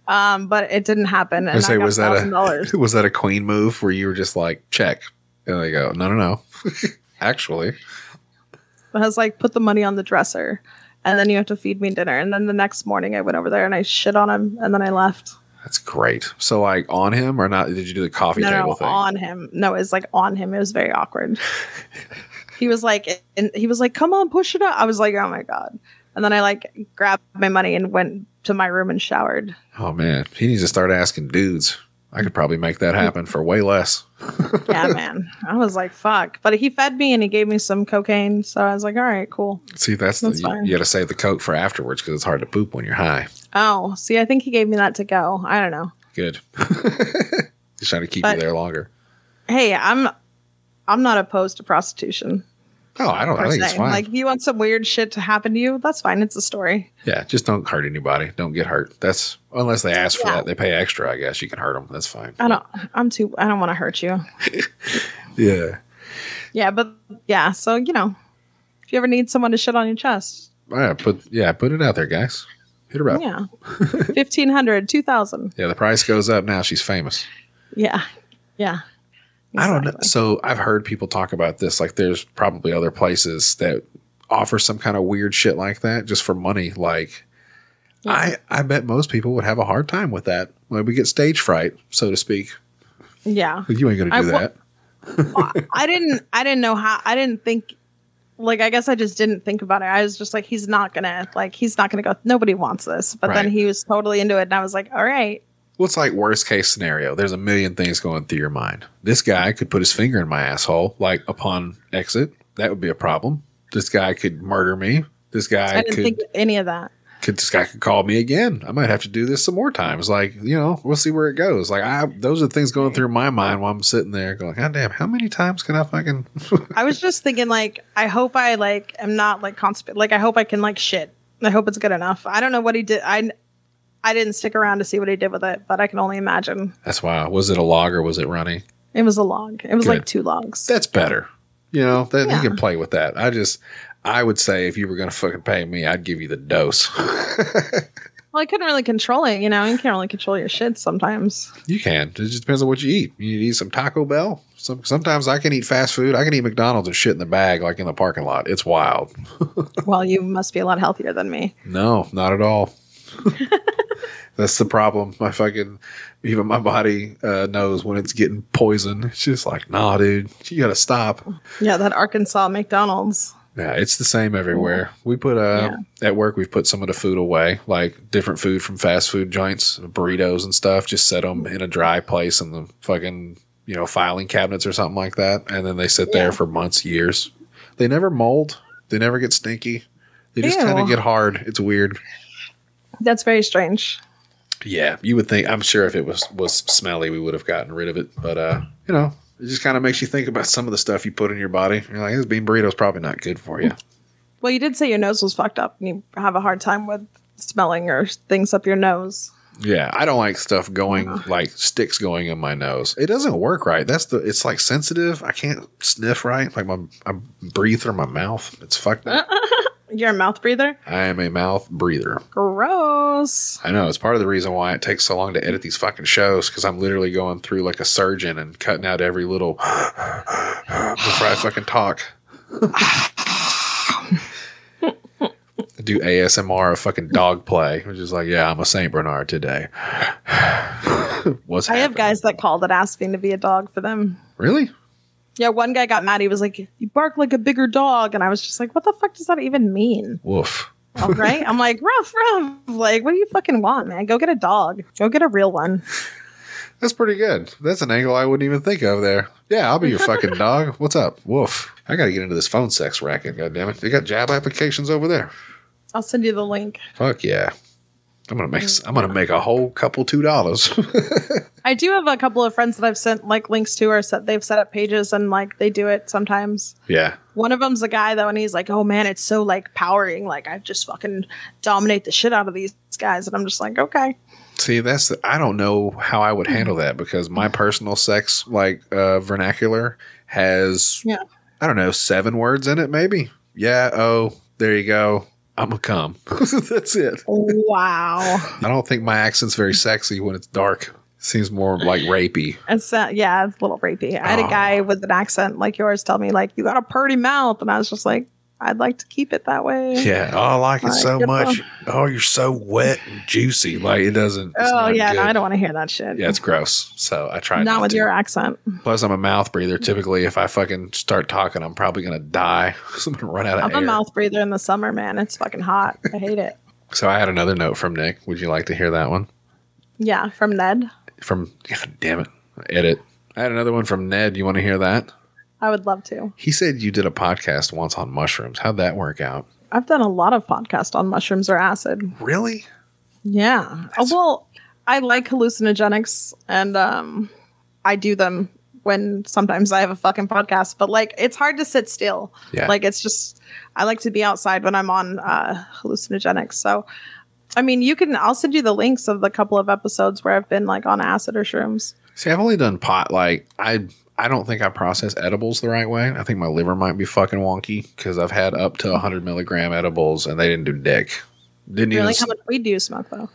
Um, but it didn't happen. I And say, I got was that $1,000. a [LAUGHS] was that a queen move where you were just like check, and they go, no, no, no, [LAUGHS] actually, I was like, put the money on the dresser, and then you have to feed me dinner. And then the next morning, I went over there and I shit on him, and then I left. that's great. So like on him or not? Did you do the coffee no, table no, thing? on him. No, it was like on him. It was very awkward. he was like, and he was like, come on, push it up. I was like, oh my god. And then I like grabbed my money and went to my room and showered. Oh man, he needs to start asking dudes. I could probably make that happen for way less. Yeah, man. I was like, fuck. But he fed me and he gave me some cocaine. So I was like, all right, cool. See, that's, That's the, you, fine. you got to save the coke for afterwards because it's hard to poop when you're high. Oh, see, I think he gave me that to go. I don't know. Good. [LAUGHS] He's trying to keep But- you there longer. Hey, I'm I'm not opposed to prostitution. Oh, I don't. I per think it's se. fine. Like, you want some weird shit to happen to you? That's fine. It's a story. yeah, just don't hurt anybody. Don't get hurt. That's unless they ask for Yeah. that. They pay extra. I guess you can hurt them. That's fine. I don't. I'm too. I don't want to hurt you. Yeah. Yeah, but yeah. So you know, if you ever need someone to shit on your chest, Yeah. Put yeah. Put it out there, guys. Hit her up. Yeah. yeah, [LAUGHS] fifteen hundred, two thousand. The price goes up now. She's famous. Yeah, yeah. I don't know. Exactly. So I've heard people talk about this. Like, there's probably other places that offer some kind of weird shit like that just for money. Like, I I bet most people would have a hard time with that. Like, we get stage fright, so to speak. Yeah, Like, you ain't gonna do I wa- that. I didn't. I didn't know how. I didn't think. Like, I guess I just didn't think about it. I was just like, he's not gonna. Like, he's not gonna go. Nobody wants this. But then Right. he was totally into it, and I was like, all right. What's like worst case scenario? There's a million things going through your mind. This guy could put his finger in my asshole, like upon exit. That would be a problem. This guy could murder me. This guy I, didn't could think any of that. could this guy could call me again. I might have to do this some more times. Like, you know, we'll see where it goes. Like, I those are things going through my mind while I'm sitting there going, God damn, how many times can I fucking [LAUGHS] I was just thinking like I hope I like am not like consp like I hope I can like shit. I hope it's good enough. I don't know what he did. I I didn't stick around to see what he did with it, but I can only imagine. That's why was it a log or was it running? It was a log. It was like Good. two logs. That's better. You know, that Yeah. you can play with that. I just I would say if you were gonna fucking pay me, I'd give you the dose. [LAUGHS] Well, I couldn't really control it, you know. You can't really control your shit sometimes. [LAUGHS] you can. It just depends on what you eat. You eat some Taco Bell. Some sometimes I can eat fast food. I can eat McDonald's and shit in the bag, like in the parking lot. It's wild. Well, you must be a lot healthier than me. No, not at all. That's the problem. My fucking even my body uh, knows when it's getting poison. It's just like, nah, dude, you gotta stop. Yeah, that Arkansas McDonald's. Yeah, it's the same everywhere. We put uh at work we've put some of the food away, like different food from fast food joints, burritos and stuff, just set them in a dry place in the fucking, you know, filing cabinets or something like that, and then they sit there for months, years. They never mold, they never get stinky. They just Ew. kind of get hard. It's weird. That's very strange. Yeah, you would think. I'm sure if it was was smelly, we would have gotten rid of it. But uh, you know, it just kind of makes you think about some of the stuff you put in your body. You're like, this bean burrito is probably not good for you. Well, you did say your nose was fucked up and you have a hard time with smelling or things up your nose. yeah, I don't like stuff going like sticks going in my nose. It doesn't work right. That's the. It's like sensitive. I can't sniff right. Like my I breathe through my mouth. It's fucked up. You're a mouth breather? I am a mouth breather. Gross. I know it's part of the reason why it takes so long to edit these fucking shows because I'm literally going through like a surgeon and cutting out every little [SIGHS] before I fucking talk. [LAUGHS] Do ASMR of fucking dog play, which is like, yeah, I'm a Saint Bernard today. [SIGHS] What's I have happening? guys that call that ask me to be a dog for them. really? Yeah, one guy got mad. He was like, "You bark like a bigger dog," and I was just like, "What the fuck does that even mean?" Woof. All right, I'm like, "Ruff, ruff!" Like, what do you fucking want, man? Go get a dog. Go get a real one. That's pretty good. That's an angle I wouldn't even think of there. Yeah, I'll be your [LAUGHS] fucking dog. What's up? Woof. I got to get into this phone sex racket. God damn it! They got job applications over there. I'll send you the link. Fuck yeah. I'm gonna make I'm gonna make a whole couple two dollars. [LAUGHS] I do have a couple of friends that I've sent like links to, or set they've set up pages and like they do it sometimes. yeah. One of them's a guy though, and he's like, "Oh man, it's so like powering. Like I just fucking dominate the shit out of these guys," and I'm just like, "Okay." See, that's I don't know how I would handle that because my personal sex like uh, vernacular has Yeah. I don't know seven words in it maybe. Yeah. Oh, there you go. I'm a cum. [LAUGHS] That's it. Wow. I don't think my accent's very sexy when it's dark. Seems more like rapey. It's uh, yeah, it's a little rapey. I had a guy Oh. with an accent like yours tell me like you got a purty mouth, and I was just like, I'd like to keep it that way. Yeah. Oh, I like it Like, so good much. Oh, you're so wet and juicy. Like it doesn't. it's Oh not yeah, no, good. I don't want to hear that shit. Yeah, it's gross. So I try not, not with to. your accent. Plus, I'm a mouth breather. Typically, if I fucking start talking, I'm probably gonna die. [LAUGHS] I'm gonna run out of I'm air. a mouth breather in the summer, man. It's fucking hot. I hate it. So I had another note from Nick. Would you like to hear that one? Yeah, from Ned. From God damn it, edit. I had another one from Ned. You want to hear that? I would love to. He said you did a podcast once on mushrooms. How'd that work out? I've done a lot of podcasts on mushrooms or acid. Really? Yeah. Oh, well, I like hallucinogenics and um I do them when sometimes I have a fucking podcast, but like it's hard to sit still. Yeah. Like it's just I like to be outside when I'm on uh hallucinogenics. So I mean, you can I'll send you the links of the couple of episodes where I've been like on acid or shrooms. See, I've only done pot. Like I, I don't think I process edibles the right way. I think my liver might be fucking wonky because I've had up to 100 milligram edibles and they didn't do dick. Didn't even. Really s- how much weed do you smoke though?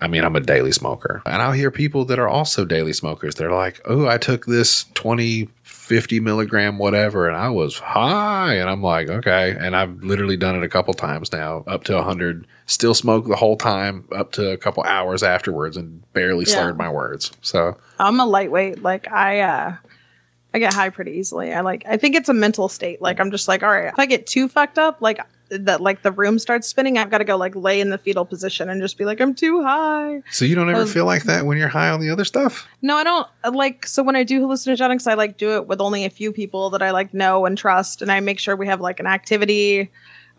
I mean, I'm a daily smoker, and I'll hear people that are also daily smokers. They're like, "Oh, I took this 20, 50 milligram whatever, and I was high." And I'm like, "Okay." And I've literally done it a couple times now, up to 100. Still smoke the whole time, up to a couple hours afterwards, and barely Yeah. slurred my words. So I'm a lightweight. Like I, uh, I get high pretty easily. I like. I think it's a mental state. Like I'm just like, all right. If I get too fucked up, like that, like the room starts spinning. I've got to go like lay in the fetal position and just be like, I'm too high. So you don't ever Um, feel like that when you're high on the other stuff? No, I don't uh, like. So when I do hallucinogenics, I like do it with only a few people that I like know and trust, and I make sure we have like an activity.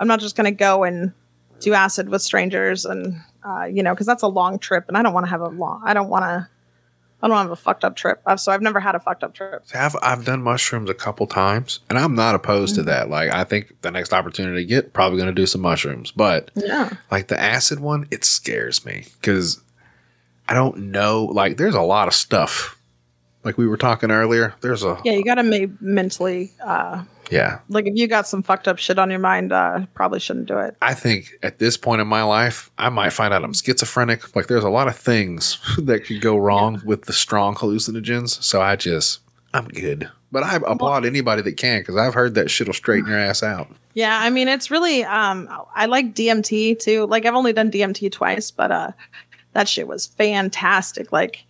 I'm not just gonna go and do acid with strangers and uh, you know because that's a long trip, and I don't want to have a long. I don't want to. I don't wanna have a fucked up trip. I've- So I've never had a fucked up trip. I've I've done mushrooms a couple times, and I'm not opposed Mm. to that. Like I think the next opportunity to get probably going to do some mushrooms, but Yeah. like the acid one, it scares me because I don't know. Like there's a lot of stuff. Like we were talking earlier, there's a Yeah, you got to ma- mentally, uh, yeah. like, if you got some fucked up shit on your mind, uh, probably shouldn't do it. I think at this point in my life, I might find out I'm schizophrenic. Like there's a lot of things [LAUGHS] that could go wrong with the strong hallucinogens. So I just, I'm good. But I applaud anybody that can because I've heard that shit'll straighten your ass out. Yeah, I mean, it's really, um, I like DMT too. Like, I've only done DMT twice, but uh, that shit was fantastic. Like,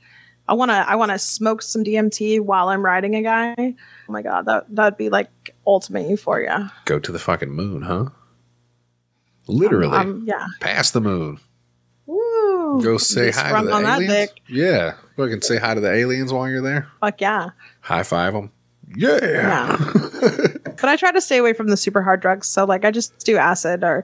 I wanna, I wanna smoke some DMT while I'm riding a guy. Oh my god, that that'd be like ultimate euphoria. Go to the fucking moon, huh? Literally, Um, yeah. past the moon. Woo. Go say Just hi to rub the on that aliens. dick. Yeah, fucking say hi to the aliens while you're there. Fuck yeah. High five them. Yeah. Yeah. but I try to stay away from the super hard drugs. So like I just do acid or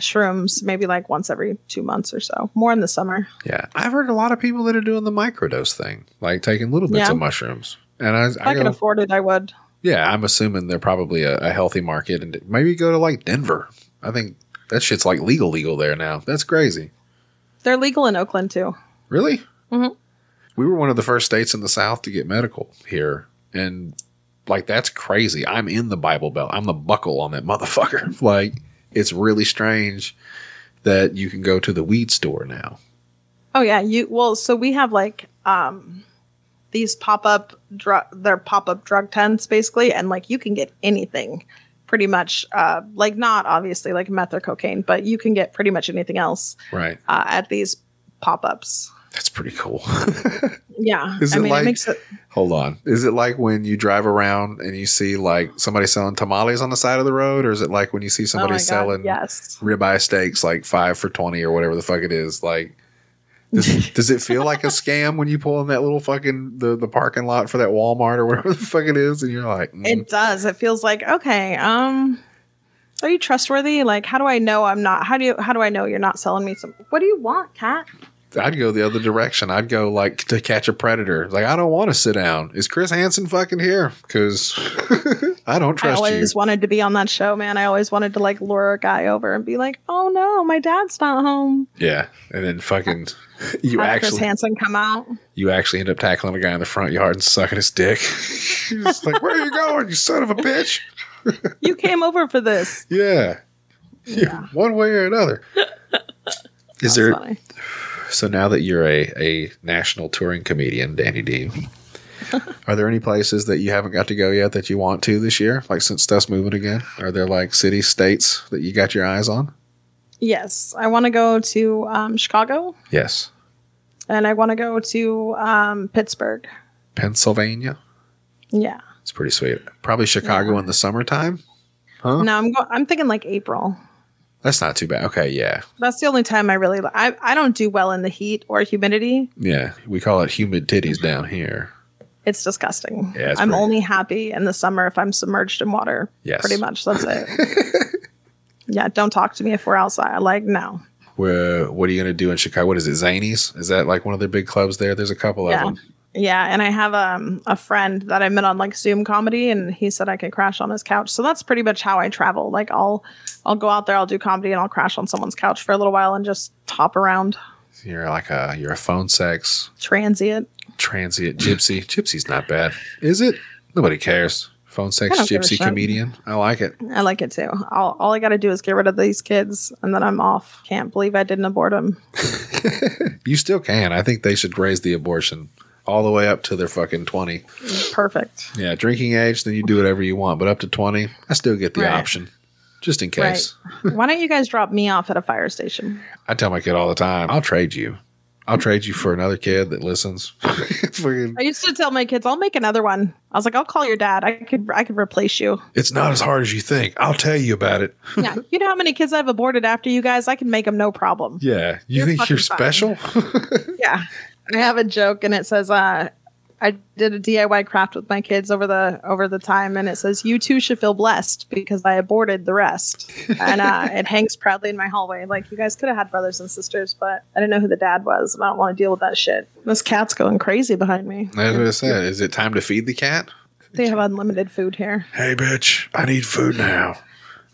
shrooms maybe like once every two months or so. More in the summer. [LAUGHS] Yeah, I've heard a lot of people that are doing the microdose thing, like taking little bits Yeah. of mushrooms. And I, If I I, could go, afford it, I would. Yeah, I'm assuming they're probably a, a healthy market, and maybe go to like Denver. I think that shit's like legal, legal there now. That's crazy. They're legal in Oakland too. Really? Mhm. We were one of the first states in the South to get medical here, and like that's crazy. I'm in the Bible Belt. I'm the buckle on that motherfucker. [LAUGHS] like it's really strange that you can go to the weed store now. Oh yeah, you well, so we have like um these pop-up drug they're pop-up drug tents basically and like you can get anything pretty much uh like not obviously like meth or cocaine, but you can get pretty much anything else Right. uh, at these pop-ups. That's pretty cool. [LAUGHS] Yeah. Is I it mean like- it makes it Hold on. Is it like when you drive around and you see like somebody selling tamales on the side of the road, or is it like when you see oh my somebody God, selling yes. ribeye steaks like five for twenty or whatever the fuck it is? Like, [LAUGHS] does, does it feel like a scam when you pull in that little fucking the, the parking lot for that Walmart or whatever the fuck it is, and you're like, mm, It does. It feels like okay. Um, are you trustworthy? Like, how do I know I'm not? How do you? How do I know you're not selling me some? What do you want, cat? I'd go the other direction. I'd go like to catch a predator. Like, I don't want to sit down. Is Chris Hansen fucking here? Because [LAUGHS] I don't I trust you. always wanted to be on that show, man. I always wanted to like lure a guy over and be like, "Oh no, my dad's not home." Yeah, and then [LAUGHS] fucking you Have actually Chris Hansen come out. you actually end up tackling a guy in the front yard and sucking his dick. [LAUGHS] He's like, "Where are you going, you son of a bitch?" You came over for this. Yeah, [LAUGHS] one way or [LAUGHS] another. Is That's there funny. so now that you're a, a national touring comedian, Danny [LAUGHS] D? Are there any places that you haven't got to go yet that you want to this year? Like since stuff's moving again, are there like cities, states that you got your eyes on? Yes, I want to go to um, Chicago Yes, and I want to go to um, Pittsburgh. Pennsylvania. Yeah. It's pretty sweet. Probably Chicago in the summertime. Huh? No, I'm go- I'm thinking like April. That's not too bad. Okay, yeah, That's the only time I really li- I I don't do well in the heat or humidity. yeah. We call it humid titties down here. It's disgusting. Yeah, it's I'm pretty- only happy in the summer if I'm submerged in water. Yes. Pretty much. That's it. [LAUGHS] yeah, don't talk to me if we're outside. Like, no. Where what are you gonna do in Chicago? What is it? Zanies? Is that like one of their big clubs there? There's a couple Yeah. of them. Yeah, and I have um, a friend that I met on like Zoom comedy, and he said I could crash on his couch. So that's pretty much how I travel. Like I'll I'll go out there, I'll do comedy, and I'll crash on someone's couch for a little while and just hop around, You're like a you're a phone sex transient. transient gypsy. Gypsy's not bad, is it? Nobody cares. Phone sex I don't give a gypsy shit. comedian. I like it. I like it too. All all I got to do is get rid of these kids, and then I'm off. Can't believe I didn't abort them. You still can. I think they should raise the abortion all the way up to their fucking twenty. Perfect. Yeah, drinking age, then you do whatever you want. But up to twenty, I still get the Right. option, just in case. Why don't you guys drop me off at a fire station? I tell my kid all the time, I'll trade you. I'll trade you for another kid that listens. [LAUGHS] Fucking- I used to tell my kids, I'll make another one. I was like, I'll call your dad. I could I could replace [LAUGHS] you. it's not as hard as you think. I'll tell you about it. yeah, you know how many kids I've aborted after you guys? I can make them no problem. Yeah. You You're think you're fucking special? [LAUGHS] fine. Yeah. I have a joke and it says, uh, I did a DIY craft with my kids over the over the time and it says, You too should feel blessed because I aborted the rest. And uh, it hangs proudly in my hallway. Like you guys could have had brothers and sisters, but I didn't know who the dad was and I don't want to deal with that shit. This cat's going crazy behind me. That's what I said. Is it time to feed the cat? They have unlimited food here. Hey, bitch, I need food now.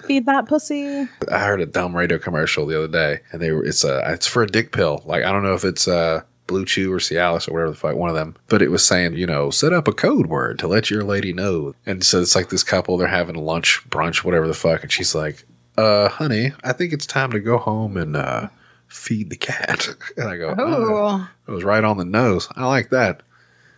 Feed that pussy. I heard a dumb radio commercial the other day, and they were it's a it's for a dick pill. Like I don't know if it's uh Blue Chew or Cialis or whatever the fuck, one of them. But it was saying, you know, set up a code word to let your lady know. And so it's like this couple, they're having lunch, brunch, whatever the fuck, and she's like, "Uh, honey, I think it's time to go home and uh feed the cat." [LAUGHS] And I go, "Oh, Oh. it was right on the nose. I like that."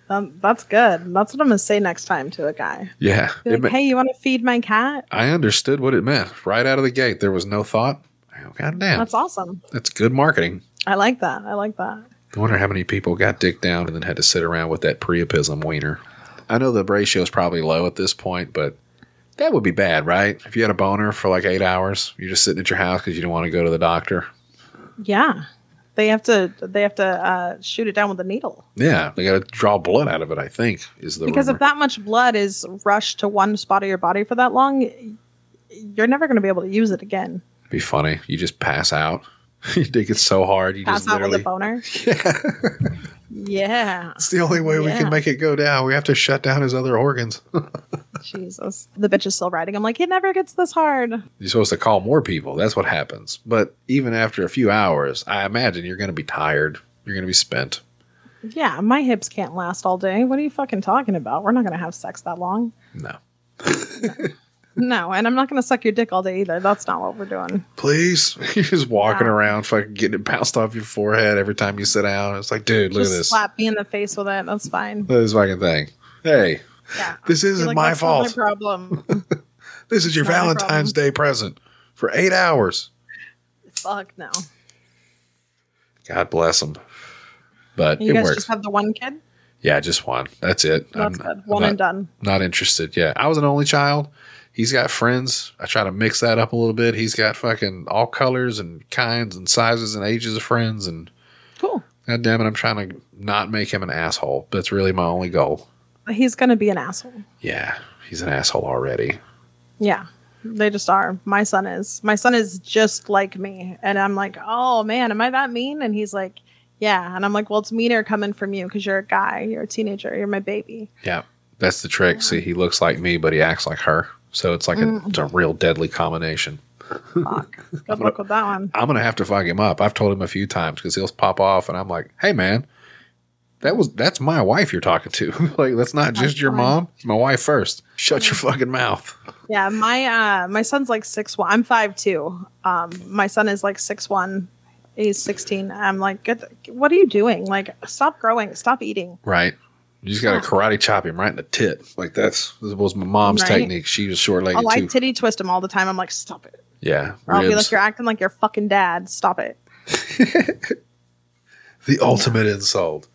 Um, that's good. That's what I'm gonna say next time to a guy. Yeah, Be It like, ma- hey, you want to feed my cat? I understood what it meant right out of the gate. There was no thought. I go, God damn, That's awesome. that's good marketing. I like that. I like that. I wonder how many people got dicked down and then had to sit around with that priapism wiener. I know the ratio is probably low at this point, but that would be bad, right? If you had a boner for like eight hours, you're just sitting at your house because you don't want to go to the doctor. Yeah, they have to. They have to uh, shoot it down with a needle Yeah, they got to draw blood out of it. I think is the because if rumor. that much blood is rushed to one spot of your body for that long, y- you're never going to be able to use it again. be funny. You just pass out. [LAUGHS] you dick it so hard, you Pass just out with a literally. boner. [LAUGHS] Yeah. It's the only way we Yeah. can make it go down. We have to shut down his other organs. Jesus. The bitch is still riding. I'm like, it never gets this hard. you're supposed to call more people. That's what happens. But even after a few hours, I imagine you're going to be tired. You're going to be spent. Yeah, my hips can't last all day. What are you fucking talking about? We're not going to have sex that long. No. No, and I'm not going to suck your dick all day either. That's not what we're doing. Please. [LAUGHS] You're just walking Wow. around, fucking getting it bounced off your forehead every time you sit down. It's like, dude, look Just at this. slap me in the face with it. [LAUGHS] That's fine. Look at this fucking thing. Hey, Yeah. this You're isn't like, my "That's not fault. problem. [LAUGHS] this is your not my Valentine's Day present for eight hours. Fuck no. God bless them. But You it guys works. just have the one kid? yeah, just one. That's it. That's I'm- good. I'm One not- and done. not interested. Yeah, I was an only child. He's got friends. I try to mix that up a little bit. He's got fucking all colors and kinds and sizes and ages of friends. And Cool. god damn it, I'm trying to not make him an asshole. That's really my only goal. He's going to be an asshole. Yeah, he's an asshole already. Yeah. They just are. My son is. My son is just like me. And I'm like, oh man, am I that mean? And he's like, yeah. And I'm like, well, it's meaner coming from you because you're a guy. You're a teenager. You're my baby. Yeah, that's the trick. See, he looks like me, but he acts like her. So it's like Mm-hmm. a, it's a real deadly combination. Fuck. Good luck with that one. I'm gonna have to fuck him up. I've told him a few times because he'll pop off, and I'm like, "Hey, man, That was that's my wife you're talking to. [LAUGHS] like that's not just your fine. mom. It's my wife first. Shut your fucking mouth. Yeah, my uh my son's like six one. I'm five two. Um, my son is like six one. He's sixteen. I'm like, get the, what are you doing? Like, stop growing. Stop eating. Right. You just gotta karate chop him right in the tit. Like that's this was my mom's Right. technique. She was short legged Oh, I too. titty twist him all the time. I'm like, stop it. yeah. Or I'll be ribs. like, you're acting like your fucking dad. Stop it. the ultimate insult.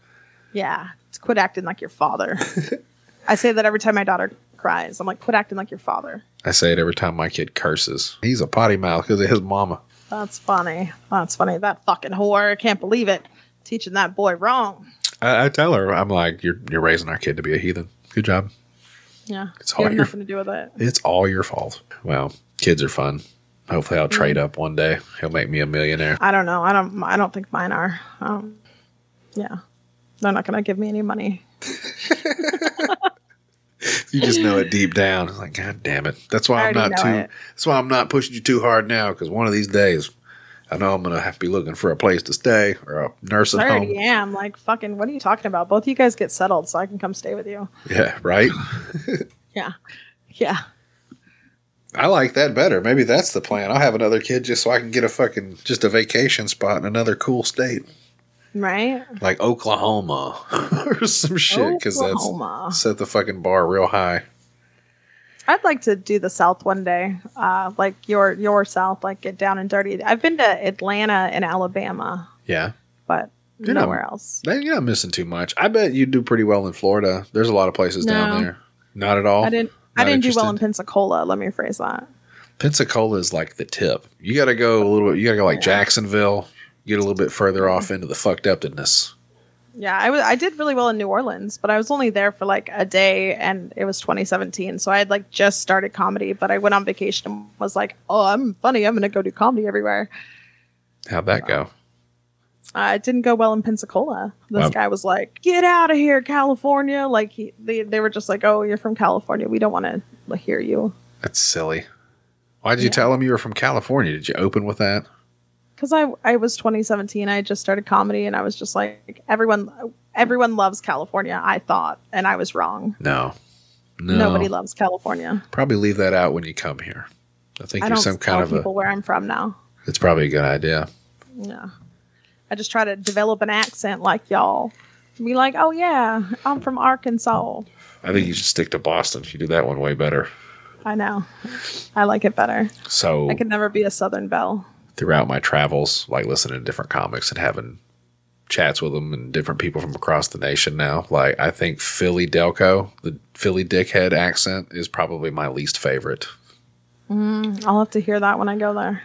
Yeah, quit acting like [LAUGHS] your father. I say that every time my daughter cries. I'm like, quit acting like your father. I say it every time my kid curses. He's a potty mouth because of his mama. That's funny. That's funny. That fucking whore. I can't believe it. Teaching that boy wrong. I, I tell her, I'm like, you're you're raising our kid to be a heathen. Good job. Yeah, It's you have hard. nothing to do with it. It's all your fault. Well, kids are fun. Hopefully, I'll trade Mm. up one day. He'll make me a millionaire. I don't know. I don't. I don't think mine are. Um, yeah, they're not gonna give me any money. You just know it [LAUGHS] deep down. It's like, God damn it. That's why I I'm already not too. know it. That's why I'm not pushing you too hard now. Because one of these days, I know I'm gonna have to be looking for a place to stay or a nursing I home. already am. Like fucking. What are you talking about? Both of you guys get settled, so I can come stay with you. Yeah, right. Yeah, yeah. I like that better. Maybe that's the plan. I'll have another kid just so I can get a fucking just a vacation spot in another cool state Right. like Oklahoma [LAUGHS] or some shit. Because Oklahoma. that's set the fucking bar real high. I'd like to do the South one day, uh, like your your South, like get down and dirty. I've been to Atlanta and Alabama, Yeah. but Dude, I'm- nowhere else. Man, You're not missing too much. I bet you do pretty well in Florida. There's a lot of places down No. there. Not at all. I didn't. I Not didn't do well in interested? Pensacola. Let me rephrase that. Pensacola is like the tip. You got to go a little bit. You got to go like Jacksonville. Get a little bit further Mm-hmm. off into the fucked upness. Yeah, I was. I did really well in New Orleans, but I was only there for like a day, and it was 2017. So I had like just started comedy, but I went on vacation and was like, "Oh, I'm funny. I'm gonna go do comedy everywhere." How'd that go? Uh, it didn't go well in Pensacola. This Wow. guy was like, "Get out of here, California!" Like he, they, they were just like, "Oh, you're from California. We don't want to hear you." That's silly. Why did you tell them you were from California? Did you open with that? Because I, I was 2017. I had just started comedy, and I was just like, everyone, everyone loves California. I thought, and I was wrong. No. No. Nobody loves California. Probably leave that out when you come here. I think I you're don't some tell kind of a. people where I'm from now. It's probably a good idea. Yeah, I just try to develop an accent like y'all. Be like, oh yeah, I'm from Arkansas. I think you should stick to Boston. You do that one way better. I know. I like it better. So I could never be a Southern Belle. throughout my travels, like listening to different comics and having chats with them and different people from across the nation now. Like I think Philly Delco, the Philly dickhead accent is probably my least favorite. I'll have to hear that when I go there.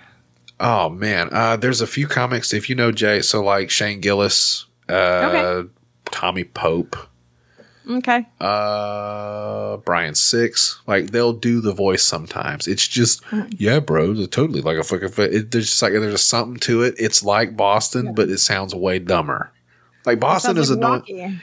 Oh man, uh, there's a few comics if you know Jay. So like Shane Gillis, uh, Okay. Tommy Pope, Okay. uh, Brian Six. Like they'll do the voice sometimes. It's just Hmm. yeah, bro. It's totally like a fucking. It, there's just like there's just something to it. It's like Boston, but it sounds way dumber. Like Boston Sounds is like annoying. Rocky.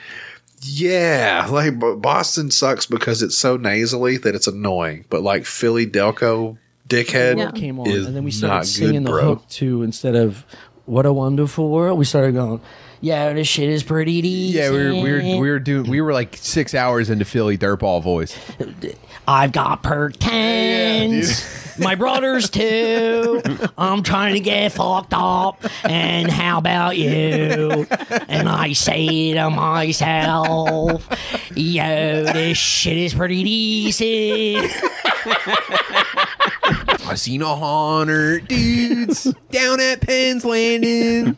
Yeah, like Bo- Boston sucks because it's so nasally that it's annoying. But like Philly Delco dickhead Yeah. It came on, is and then we not started singing good, the bro. hook too instead of "What a Wonderful World." We started going, "Yeah, this shit is pretty decent." Yeah, we were, we were we were doing we were like six hours into Philly dirtball voice. I've got perkins. My brother's [LAUGHS] too. I'm trying to get fucked up. And how about you? And I say to myself, yo, this shit is pretty decent. I seen a hundred dudes down at Penn's Landing.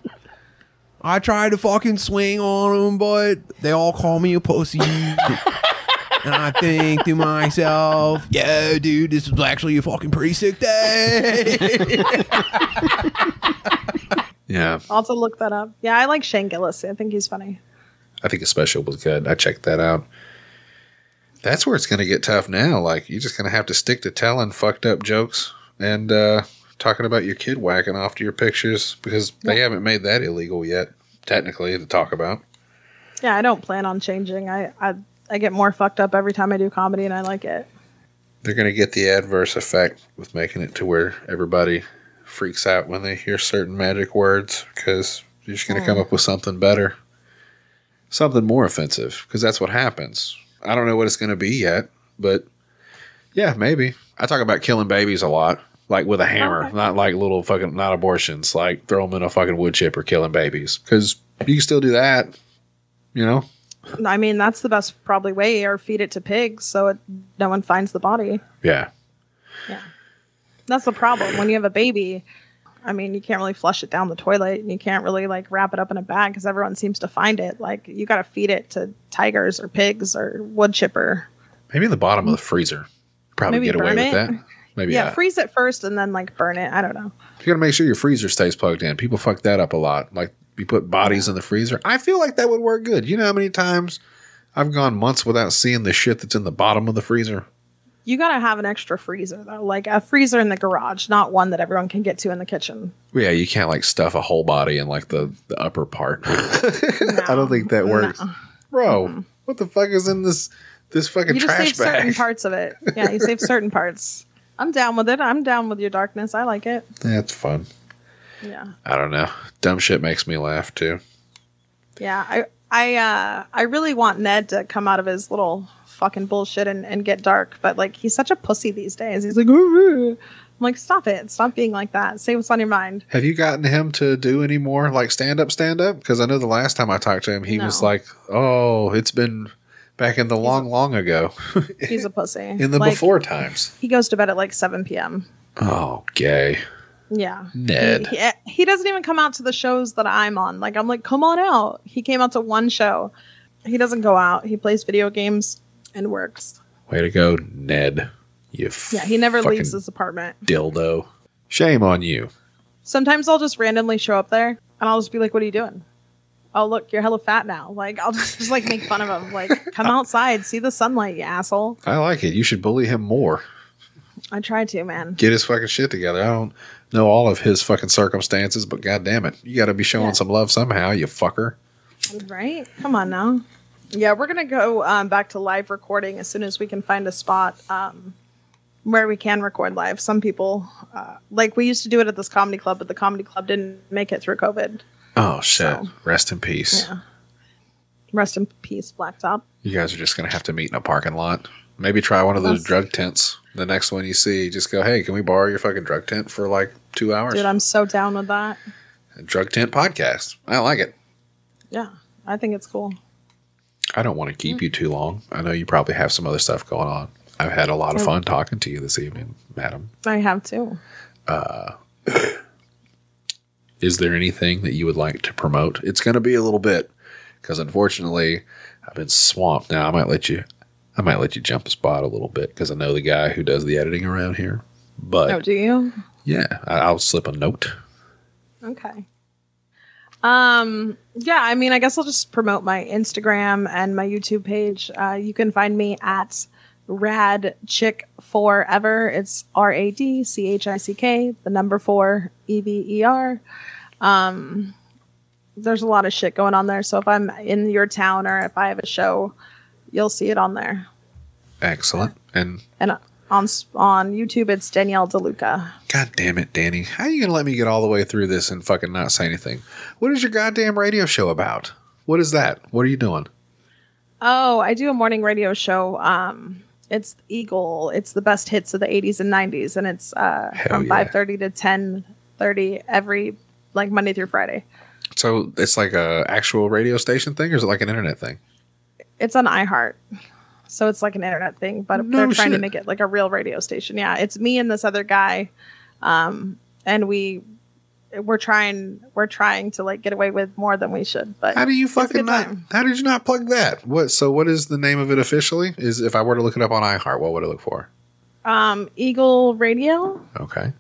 I tried to fucking swing on them, but they all call me a pussy. and I think to myself, yeah, dude, this is actually a fucking pretty sick day. Yeah, I'll have to look that up. Yeah, I like Shane Gillis. I think he's funny. I think his special was good. I checked that out. That's where it's going to get tough now. Like you're just going to have to stick to telling fucked up jokes and uh, talking about your kid whacking off to your pictures because they haven't made that illegal yet, technically, to talk about. Yeah, I don't plan on changing. I I, I get more fucked up every time I do comedy, and I like it. They're going to get the adverse effect with making it to where everybody freaks out Hmm. when they hear certain magic words because you're just going to come up with something better. something more offensive because that's what happens. I don't know what it's going to be yet, but yeah, maybe. I talk about killing babies a lot, like with a hammer, not like little fucking, not abortions, like throw them in a fucking wood chip or killing babies because you can still do that, you know? I mean, that's the best probably way, or feed it to pigs so it, no one finds the body. Yeah. That's the problem when you have a baby. I mean, you can't really flush it down the toilet, and you can't really like wrap it up in a bag because everyone seems to find it. Like you got to feed it to tigers or pigs or wood chipper. Maybe in the bottom of the freezer. Probably Maybe get away burn with it. that. Maybe Yeah, not. freeze it first and then like burn it. I don't know. You gotta make sure your freezer stays plugged in. People fuck that up a lot. Like you put bodies in the freezer. I feel like that would work good. You know how many times I've gone months without seeing the shit that's in the bottom of the freezer. You got to have an extra freezer though, like a freezer in the garage, not one that everyone can get to in the kitchen. Well, Yeah, you can't like stuff a whole body in like the, the upper part. [LAUGHS] I don't think that works, bro. What the fuck is in this this fucking you just trash save certain bag? [LAUGHS] parts of it. Yeah, you save certain parts. I'm down with it. I'm down with your darkness. I like it. That's fun. Yeah. I don't know. Dumb shit makes me laugh too. Yeah, I I uh I really want Ned to come out of his little fucking bullshit and, and get dark, but like he's such a pussy these days. He's like, "Ooh." I'm like, stop it, stop being like that. Say what's on your mind. Have you gotten him to do any more like stand up, stand up? Because I know the last time I talked to him, he was No. like, "Oh, it's been back in the long, long ago, He's a [LAUGHS] pussy. in the Like, before times." he goes to bed at like seven p.m. Oh, gay Yeah, Ned. He, he doesn't even come out to the shows that I'm on. Like I'm like, come on out. He came out to one show. He doesn't go out. He plays video games and works. Way to go, Ned. You Yeah, he never fucking leaves his apartment. dildo. Shame on you. sometimes I'll just randomly show up there and I'll just be like, "What are you doing?" Oh, look, you're hella fat now. Like I'll [LAUGHS] just, just like make fun of him. Like, come outside, see the sunlight, you asshole. I like it. You should bully him more. I try to, man. Get his fucking shit together. I don't know all of his fucking circumstances, but god damn it, you got to be showing Yeah. some love somehow, you fucker. Right? Come on now. Yeah, we're gonna go um, back to live recording as soon as we can find a spot um, where we can record live. Some people, uh, like we used to do it at this comedy club, but the comedy club didn't make it through COVID. Oh shit. So- Rest in peace. Yeah. Rest in peace, Blacktop. You guys are just gonna have to meet in a parking lot. Maybe try one of those That's- drug tents. The next one you see, just go, hey, can we borrow your fucking drug tent for like two hours? Dude, I'm so down with that. A drug tent podcast. I like it. Yeah, I think it's cool. I don't want to Mm. keep you too long. I know you probably have some other stuff going on. I've had a lot of fun talking to you this evening, madam. I have too. Is there anything that you would like to promote? It's going to be a little bit because unfortunately, I've been swamped. Now I might let you, I might let you jump a spot a little bit because I know the guy who does the editing around here. But Oh, do you? Yeah, I- I'll slip a note. Okay. Um, yeah, I mean, I guess I'll just promote my Instagram and my YouTube page. Uh, you can find me at Rad Chick Forever. It's R A D C H I C K, the number four E V E R. Um, there's a lot of shit going on there. So if I'm in your town or if I have a show, you'll see it on there. Excellent. And And on s- on YouTube, it's Danielle DeLuca. god damn it, Danny, how are you gonna let me get all the way through this and fucking not say anything? What is your goddamn radio show about? What is that? What are you doing? Oh, I do a morning radio show. Um, it's the Eagle. It's the best hits of the 80s and 90s, and it's uh, Hell from yeah. 5:30 to 10:30 every like Monday through Friday. So it's like a actual radio station thing, or is it like an internet thing? It's on iHeart, so it's like an internet thing, but No they're trying to shit. make it like a real radio station. Yeah, it's me and this other guy, um, and we we're trying we're trying to like get away with more than we should. But How do you it's a fucking good not? time. How did you not plug that? What? So what is the name of it officially? Is if I were to look it up on iHeart, what would I look for? um Eagle Radio? Okay.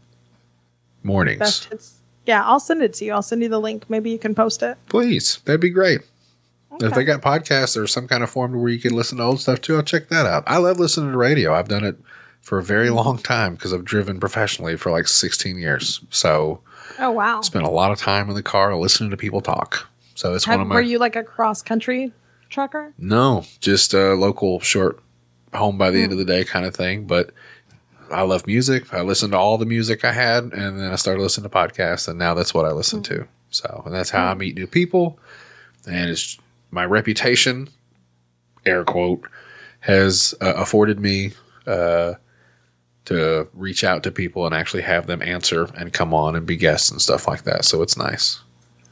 Mornings, Best hits. Yeah, I'll send it to you. I'll send you the link. Maybe you can post it. please. That'd be great. If Okay. they got podcasts or some kind of form where you can listen to old stuff too, I'll check that out. I love listening to radio. I've done it for a very Mm-hmm. long time because I've driven professionally for like 16 years. So Oh wow! spent a lot of time in the car listening to people talk. So it's Have, one of my were you like a cross country trucker? no, just a local short home by the end of the day kind of thing. But I love music. I listened to all the music I had, and then I started listening to podcasts, and now that's what I listen to. So, and that's how I meet new people. And it's my reputation, air quote, has uh, afforded me uh, to reach out to people and actually have them answer and come on and be guests and stuff like that. So it's nice.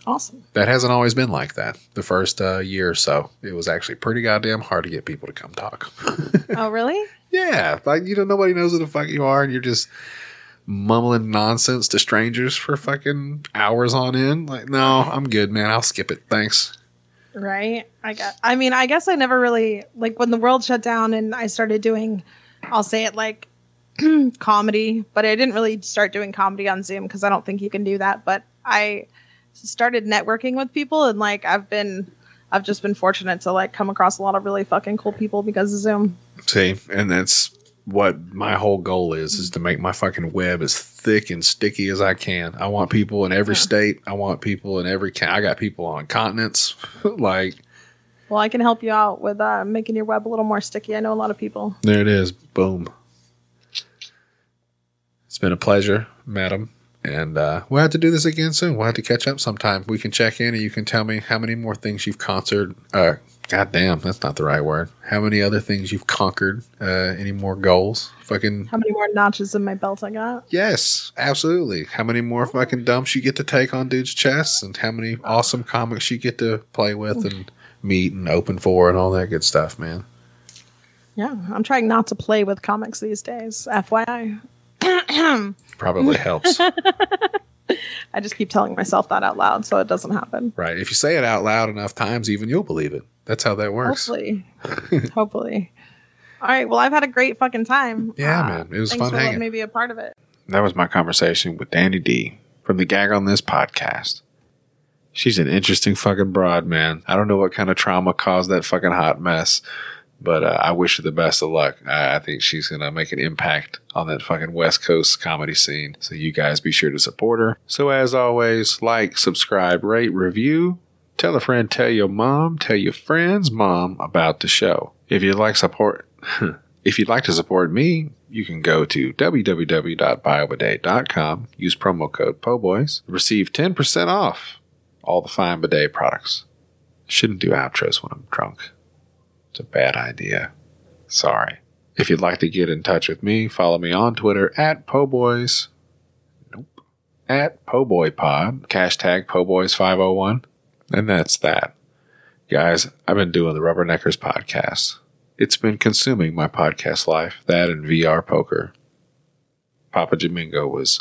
Awesome. That hasn't always been like that. The first uh, year or so, it was actually pretty goddamn hard to get people to come talk. [LAUGHS] [LAUGHS] Oh, really? Yeah, like you know, nobody knows who the fuck you are, and you're just mumbling nonsense to strangers for fucking hours on end. Like, no, I'm good, man. I'll skip it. Thanks. Right. I got. I mean, I guess I never really like when the world shut down and I started doing. I'll say it like [CLEARS THROAT] comedy, but I didn't really start doing comedy on Zoom because I don't think you can do that. But I started networking with people, and like I've been, I've just been fortunate to like come across a lot of really fucking cool people because of Zoom. See, and that's what my whole goal is: is to make my fucking web as thick and sticky as I can. I want people in every state. I want people in every. Ca- I got people on continents. [LAUGHS] like Well, I can help you out with uh, making your web a little more sticky. I know a lot of people. there it is. Boom. It's been a pleasure, madam. And uh, we'll have to do this again soon. We'll have to catch up sometime. We can check in and you can tell me how many more things you've concert. Uh, God damn, that's not the right word. How many other things you've conquered? Uh, any more goals? Fucking. How many more notches in my belt I got? Yes, absolutely. How many more fucking dumps you get to take on dudes' chests and how many awesome comics you get to play with and meet and open for and all that good stuff, man. Yeah, I'm trying not to play with comics these days. FYI, Probably helps. I just keep telling myself that out loud so it doesn't happen. Right. If you say it out loud enough times, even you'll believe it. That's how that works. [LAUGHS] Hopefully. Hopefully. All right. Well, I've had a great fucking time. Yeah, man. It was Ah, Thanks fun for hanging. letting me be a part of it. That was my conversation with Danny D from the Gag on This podcast. She's an interesting fucking broad, man. I don't know what kind of trauma caused that fucking hot mess, but uh, I wish her the best of luck. I, I think she's going to make an impact on that fucking West Coast comedy scene. So you guys be sure to support her. So as always, like, subscribe, rate, review. Tell a friend, tell your mom, tell your friend's mom about the show. If you'd like support, If you'd like to support me, you can go to www.biobidet.com, use promo code POBOYS, receive 10% off all the fine bidet products. Shouldn't do outros when I'm drunk. It's a bad idea. Sorry. If you'd like to get in touch with me, follow me on Twitter at POBOYS. Nope. At PoBoyPod, hashtag PoBoys501. And that's that. Guys, I've been doing the Rubberneckers podcast. It's been consuming my podcast life, that and VR poker. Papa Domingo was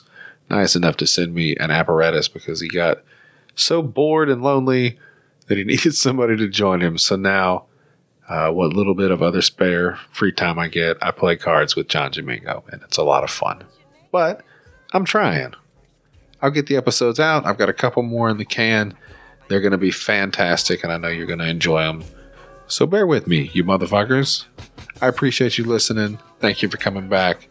nice enough to send me an apparatus because he got so bored and lonely that he [LAUGHS] needed somebody to join him. So now, uh, what little bit of other spare free time I get, I play cards with John Domingo, and it's a lot of fun. But I'm trying. I'll get the episodes out. I've got a couple more in the can. They're going to be fantastic, and I know you're going to enjoy them. So bear with me, you motherfuckers. I appreciate you listening. Thank you for coming back.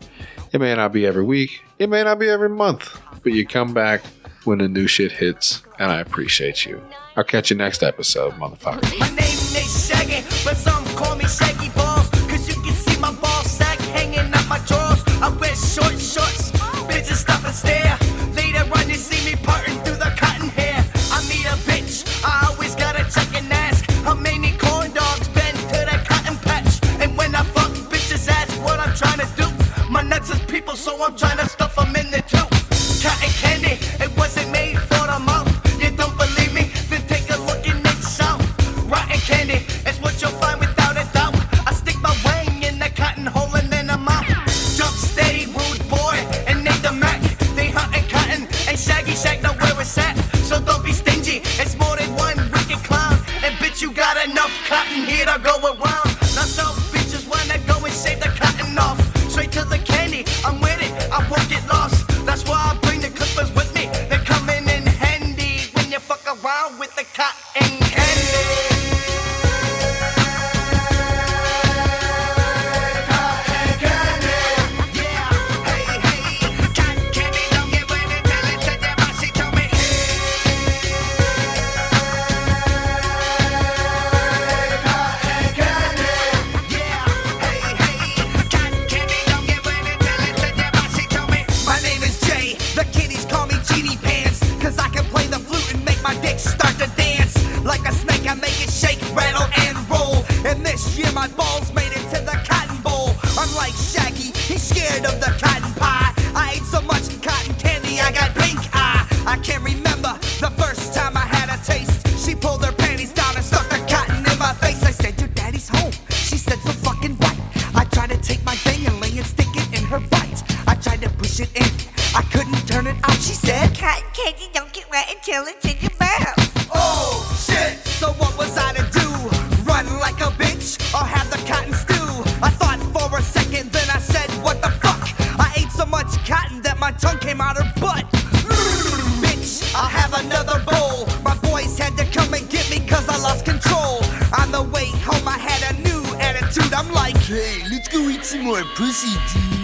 It may not be every week, it may not be every month, but you come back when the new shit hits, and I appreciate you. I'll catch you next episode, motherfucker. My name is Shaggy, but some call me Shaggy Balls. Cause you can see my ball sack hanging out my drawers. I wear short shorts, bitches stop and stare. Later on, you see me parting through the cotton hair. I meet a bitch, I always gotta check and ask how many corn dogs been to that cotton patch. And when I fuck bitches, ask what I'm trying to do. My nuts is people, so I'm trying to stuff them in the tube. Cotton candy, it wasn't made for the mouth. You don't believe me? Then take a look in the south. Rotten candy is what you'll find without a doubt. I stick my wang in the cotton hole and then I'm out. Jump steady, rude boy, and Nick the Mac. They hunting cotton, and Shaggy Shag know where it's at. So don't be stingy, it's more than one wicked clown. And bitch, you got enough cotton here to go around. Now some bitches wanna go and shave the cotton off. Straight to the candy, I'm with it, I won't get lost. That's why I bring the clippers with me. They come in in handy when you fuck around with the cotton candy. Candy. year my balls made it to the cotton bowl. I'm like Shaggy, he's scared of the cotton pie. I ate so much cotton candy, I got pink eye. I can't remember the first time I had a taste. She pulled her panties down and stuck the cotton in my face. I said, Your daddy's home. She said, So fucking what? I tried to take my thing and lay and stick it in her butt. I tried to push it in. I couldn't turn it out. She said, Cotton candy don't get wet until it's in your mouth. Oh shit! So what was I to do? Run like a bitch or have the cotton stew? I thought for a second, then I said, What the fuck? I ate so much cotton that my tongue came out her butt. bitch, I'll have another bowl. My boys had to come and get me cause I lost control. On the way home, I had a new attitude. I'm like, Hey, let's go eat some more pussy, dude.